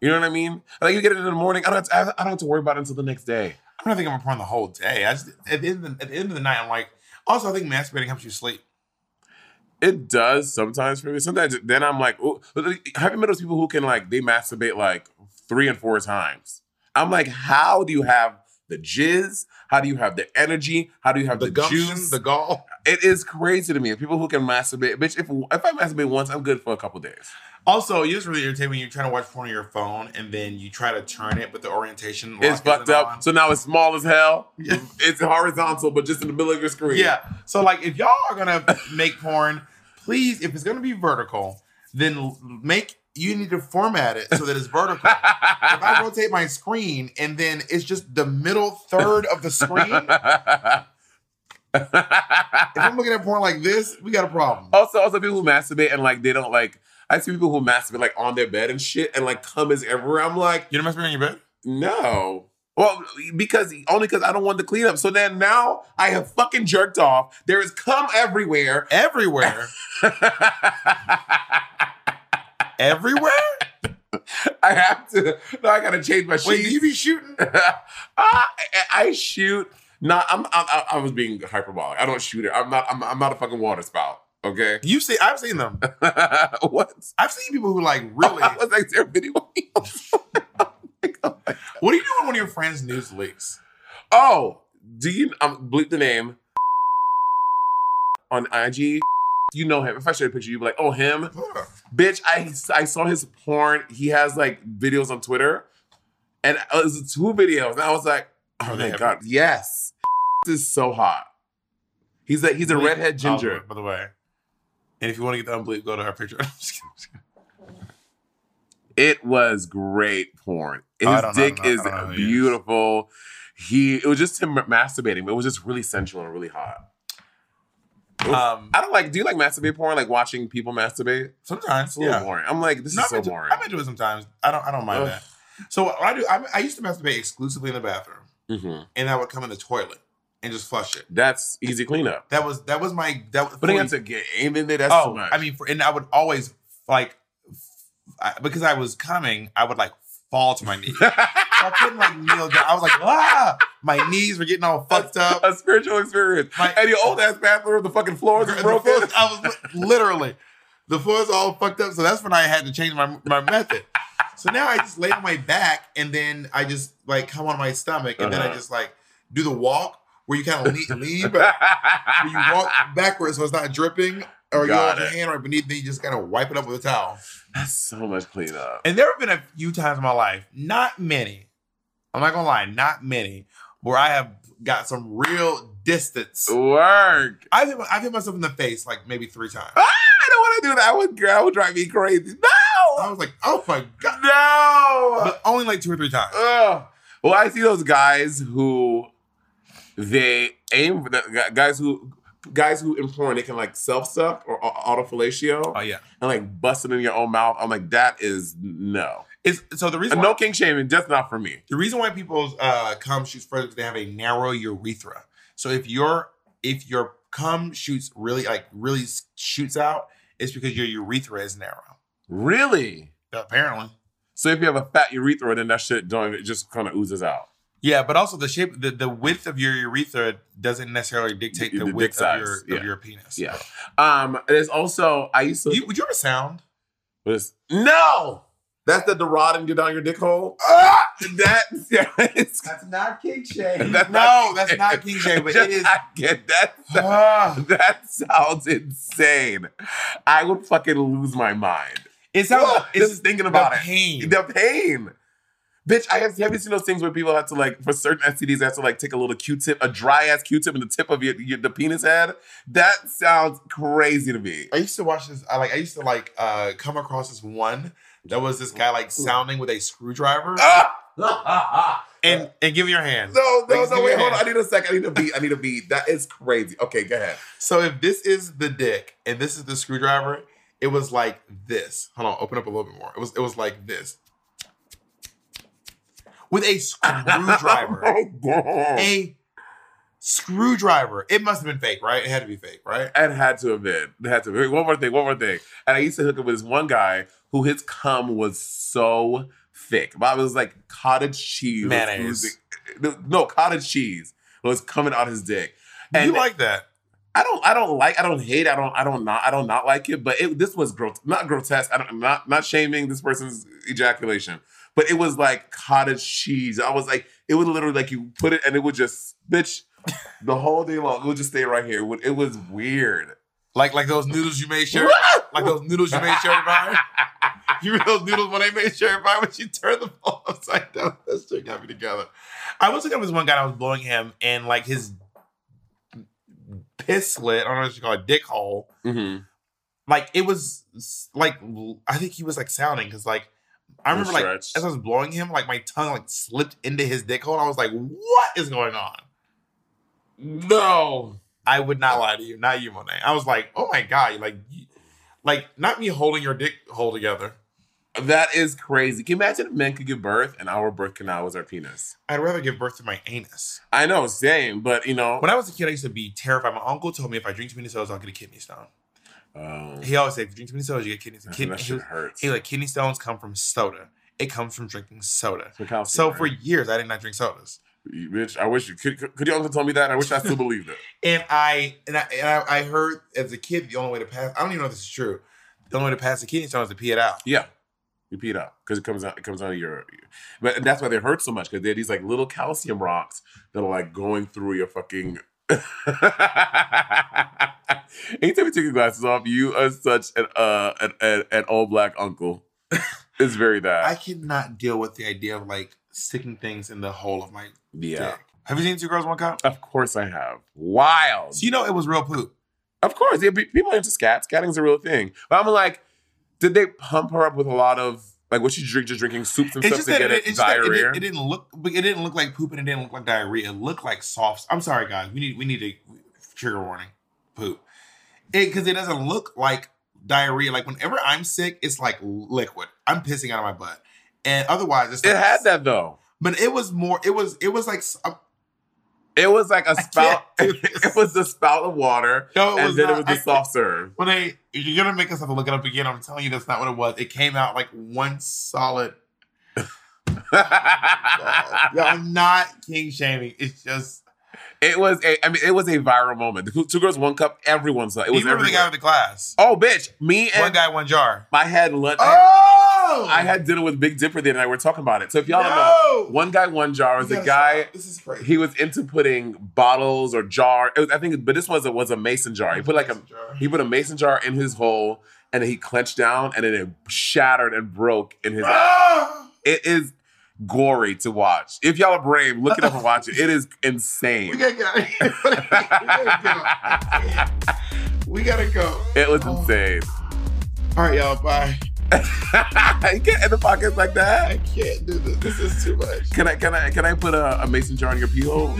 You know what I mean? Like you get it in the morning. I don't. Have to, I don't have to worry about it until the next day. I don't think I'm a porn the whole day. I just at the end of the, at the end of the night, I'm like. Also, I think masturbating helps you sleep. It does sometimes for me. Sometimes then I'm like, ooh. have you met those people who can like they masturbate like three and four times? I'm like, how do you have the jizz? How do you have the energy? How do you have the, The, gumption, juice? the gall. it is crazy to me. People who can masturbate, bitch. If if I masturbate once, I'm good for a couple days. Also, it's really irritating when you're trying to watch porn on your phone and then you try to turn it, but the orientation lock It's isn't fucked up. on. So now it's small as hell. Yeah. It's horizontal, but just in the middle of your screen. yeah. So like, if y'all are gonna make porn, please, if it's gonna be vertical, then l- make you need to format it so that it's vertical. if I rotate my screen and then it's just the middle third of the screen, if I'm looking at porn like this, we got a problem. also, also people who masturbate and like they don't like. I see people who masturbate like on their bed and shit, and like cum is everywhere. I'm like, You don't masturbate in your bed? no. Well, because only because I don't want the cleanup. So then now I have fucking jerked off. There is cum everywhere. Everywhere, everywhere. I have to. Now I gotta change my sheets. Wait, do you be shooting? I, I shoot. Not. I'm, I'm. I- I was being hyperbolic. I don't shoot it. I'm not. I'm, I'm not a fucking water spout. Okay. You see, I've seen them. what? I've seen people who like really. I was like, is there video? What do you do when one of your friends' news leaks? oh, do you? Um, bleep the name on IG. You know him. If I showed a picture, you'd be like, oh, him, Ugh. bitch. I I saw his porn. He has like videos on Twitter. and it was two videos. And I was like, oh my god, yes, this is so hot. He's a he's a redhead ginger. Oh, by the way. And if you want to get the unbelief, go to her picture. I'm just kidding. It was great porn. His Oh, I don't know, dick I don't is know, I don't know who he is. beautiful. He it was just him masturbating, but it was just really sensual and really hot. Um, I don't like. Do you like masturbate porn? Like watching people masturbate? Sometimes, It's a little yeah. boring. I'm like, this No, is I'm so into- boring. I'm into it sometimes. I don't. I don't mind Ugh. that. So what I do, I, I used to masturbate exclusively in the bathroom, Mhm. and I would come in the toilet and just flush it. That's easy cleanup. That was that was my that. Was But then you for- have to get aim in there. That's oh, too much. I mean, for, and I would always like I, because I was coming, I would like fall to my knees. So I couldn't like kneel down. I was like, ah, my knees were getting all fucked up. a spiritual experience. and your old ass bathroom, the fucking floors The are broken. floors- I was li- literally the floor's all fucked up. So that's when I had to change my my method. So now I just lay on my back and then I just like come on my stomach and then I Uh-huh. just like do the walk where you kind of lean, lean back, where you walk backwards so it's not dripping or you have Got your it. hand right beneath and you just kind of wipe it up with a towel. That's so much cleanup. And there have been a few times in my life, not many. I'm not gonna lie, not many, where I have got some real distance. Work. I've hit, my- I've hit myself in the face like maybe three times. Ah, I don't want to do that. I would, that would drive me crazy. I was like, oh my god, No, no. Ah! but only like two or three times. Ugh. Well, I see those guys who they aim for the- guys who guys who in porn they can like self suck or auto fellatio Oh yeah, and like bust it in your own mouth. I'm like that is no, it's so the reason And why, no king shaming. That's not for me. the reason why people's uh, cum shoots further is they have a narrow urethra. So if your if your cum shoots really like really s- shoots out, it's because your urethra is narrow. Really. Apparently. So if you have a fat urethra, then that shit don't it just kind of oozes out. Yeah, but also the shape, the, the width of your urethra doesn't necessarily dictate the, The dick width size, of your yeah. of your penis. Yeah. Um. There's also I used to. You, would you ever sound? What is- no. That's the, the rod and get down your dick hole. Ah! That yeah, it's That's not kink shame. That's no, that's not King J, but it is. I get that. Ah. that sounds insane. I would fucking lose my mind. it sounds. Whoa, it's just thinking about the it. Pain. The pain. Bitch, I have, have you seen those things where people have to like for certain STDs they have to like take a little Q-tip, a dry ass Q-tip in the tip of your, your the penis head? That sounds crazy to me. I used to watch this. I like. I used to like uh come across this one that was this guy like sounding with a screwdriver Ah! and and give me your hand. No, no, Like, no, wait, yeah. hold on. I need a second. I need a beat. I need a beat. That is crazy. Okay, go ahead. So if this is the dick and this is the screwdriver, it was like this. Hold on, open up a little bit more. It was it was like this with a screwdriver. Oh, God. a screwdriver. It must have been fake, right? It had to be fake, right? It had to have been. It had to have been. One more thing, one more thing. And I used to hook up with this one guy who his cum was so thick. But it was like cottage cheese. was Mayonnaise. oozing- No, cottage cheese was coming out his dick. And you like that? I don't I don't like I don't hate I don't I don't not I don't not like it but it this was grot- not grotesque I don't not not shaming this person's ejaculation but it was like cottage cheese I was like it would literally like you put it and it would just bitch the whole day long it would just stay right here it, would, it was weird Like like those noodles you made sure like those noodles you made sure about. You remember those noodles when they made sure by when she turned the ball upside down? That shit got me together. I was looking at this one guy and I was blowing him and like his piss slit, I don't know what you call it, dick hole. Mhm. Like it was s- like l- I think he was like sounding because like I It was remember like stretched. as I was blowing him, like my tongue like slipped into his dick hole and I was like, what is going on? no I would not lie to you, not you, Monet. I was like, oh my god, like, you- like not me holding your dick hole together. that is crazy can you imagine if men could give birth and our birth canal was our penis I'd rather give birth to my anus. I know same but you know When I was a kid, I used to be terrified. My uncle told me if I drink too many sodas, I'll get a kidney stone. um, He always said, if you drink too many sodas, you get kidney stones. that he, shit was, hurts he was like, kidney stones come from soda. It comes from drinking soda. For calcium, So for right? years, I did not drink sodas. bitch I wish you could could could you uncle tell me that I wish I still believed it And I and I and I, I heard as a kid the only way to pass. I don't even know if this is true. The only way to pass a kidney stone is to pee it out. Yeah. You pee it out because it comes out. It comes out of your, but that's why they hurt so much because they're these like little calcium rocks that are like going through your fucking. Anytime you take your glasses off, you are such an uh an, an, an all black uncle. It's very bad. I cannot deal with the idea of like sticking things in the hole of my. Yeah. Have you seen Two Girls One Cup? Of course I have. Wild. So you know it was real poop. Of course. Yeah, pe- people are into scat. Scatting's a real thing. But I'm like, did they pump her up with a lot of like what she drink just drinking soups and It's stuff just to that get it, it, it's just that it, diarrhea? didn't- it didn't look. but It didn't look like poop, and it didn't look like diarrhea. It looked like soft. I'm sorry, guys. We need we need to trigger warning. Poop. It because it doesn't look like diarrhea. Like whenever I'm sick, it's like liquid. I'm pissing out of my butt, and otherwise, it's It like, had that though. But it was more. It was. It was like. s- um, a- It was like a spout. It was the spout of water, No, it and was then not. it was the I- soft serve. When they you're gonna make us have to look it up again. I'm telling you, that's not what it was. It came out like one solid. Yo, I'm not king shaming. It's just It was a. I mean, it was a viral moment. The two- two girls, one cup. Everyone saw it. It you was remember the guy everywhere. with the glass. Oh, bitch! Me and one guy, one jar. I had lunch. Oh, I had dinner with Big Dipper the other night. We're talking about it. So if y'all No! uh, don't know, one guy, one jar was a guy. This is crazy. He was into putting bottles or jar. It was, I think, but this was a, was a mason jar. He put like a Mason jar. he put a mason jar in his hole, and he clenched down, and then it shattered and broke in his. Ah! It is gory to watch. If y'all are brave, look it up and watch it. It is insane. We gotta get out of here. We gotta go. We gotta go. It was insane. All right, y'all. Bye. you can't end the podcast like I that. can't do this. This is too much. Can I can I can I put a, a mason jar in your pee hole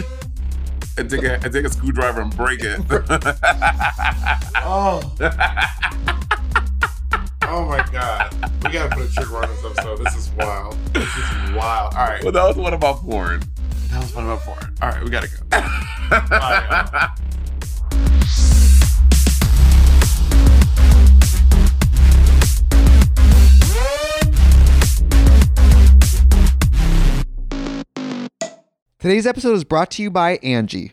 and take a and take a screwdriver and break it? Oh. oh my god. We gotta put a trigger on this episode. This is wild. This is wild. All right. well, that was one about porn. That was fun about four. All right, we gotta go. Today's episode is brought to you by Angie.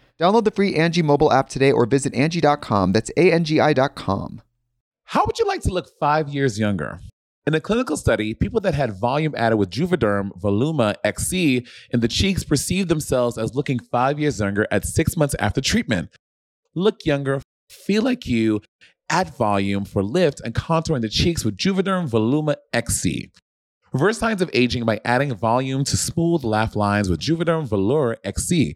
Download the free Angie mobile app today or visit Angie.com. That's A N G I.com. How would you like to look five years younger? In a clinical study, people that had volume added with Juvederm Voluma XC in the cheeks perceived themselves as looking five years younger at six months after treatment. Look younger, feel like you. Add volume for lift and contour in the cheeks with Juvederm Voluma XC. Reverse signs of aging by adding volume to smooth laugh lines with Juvederm Volure XC.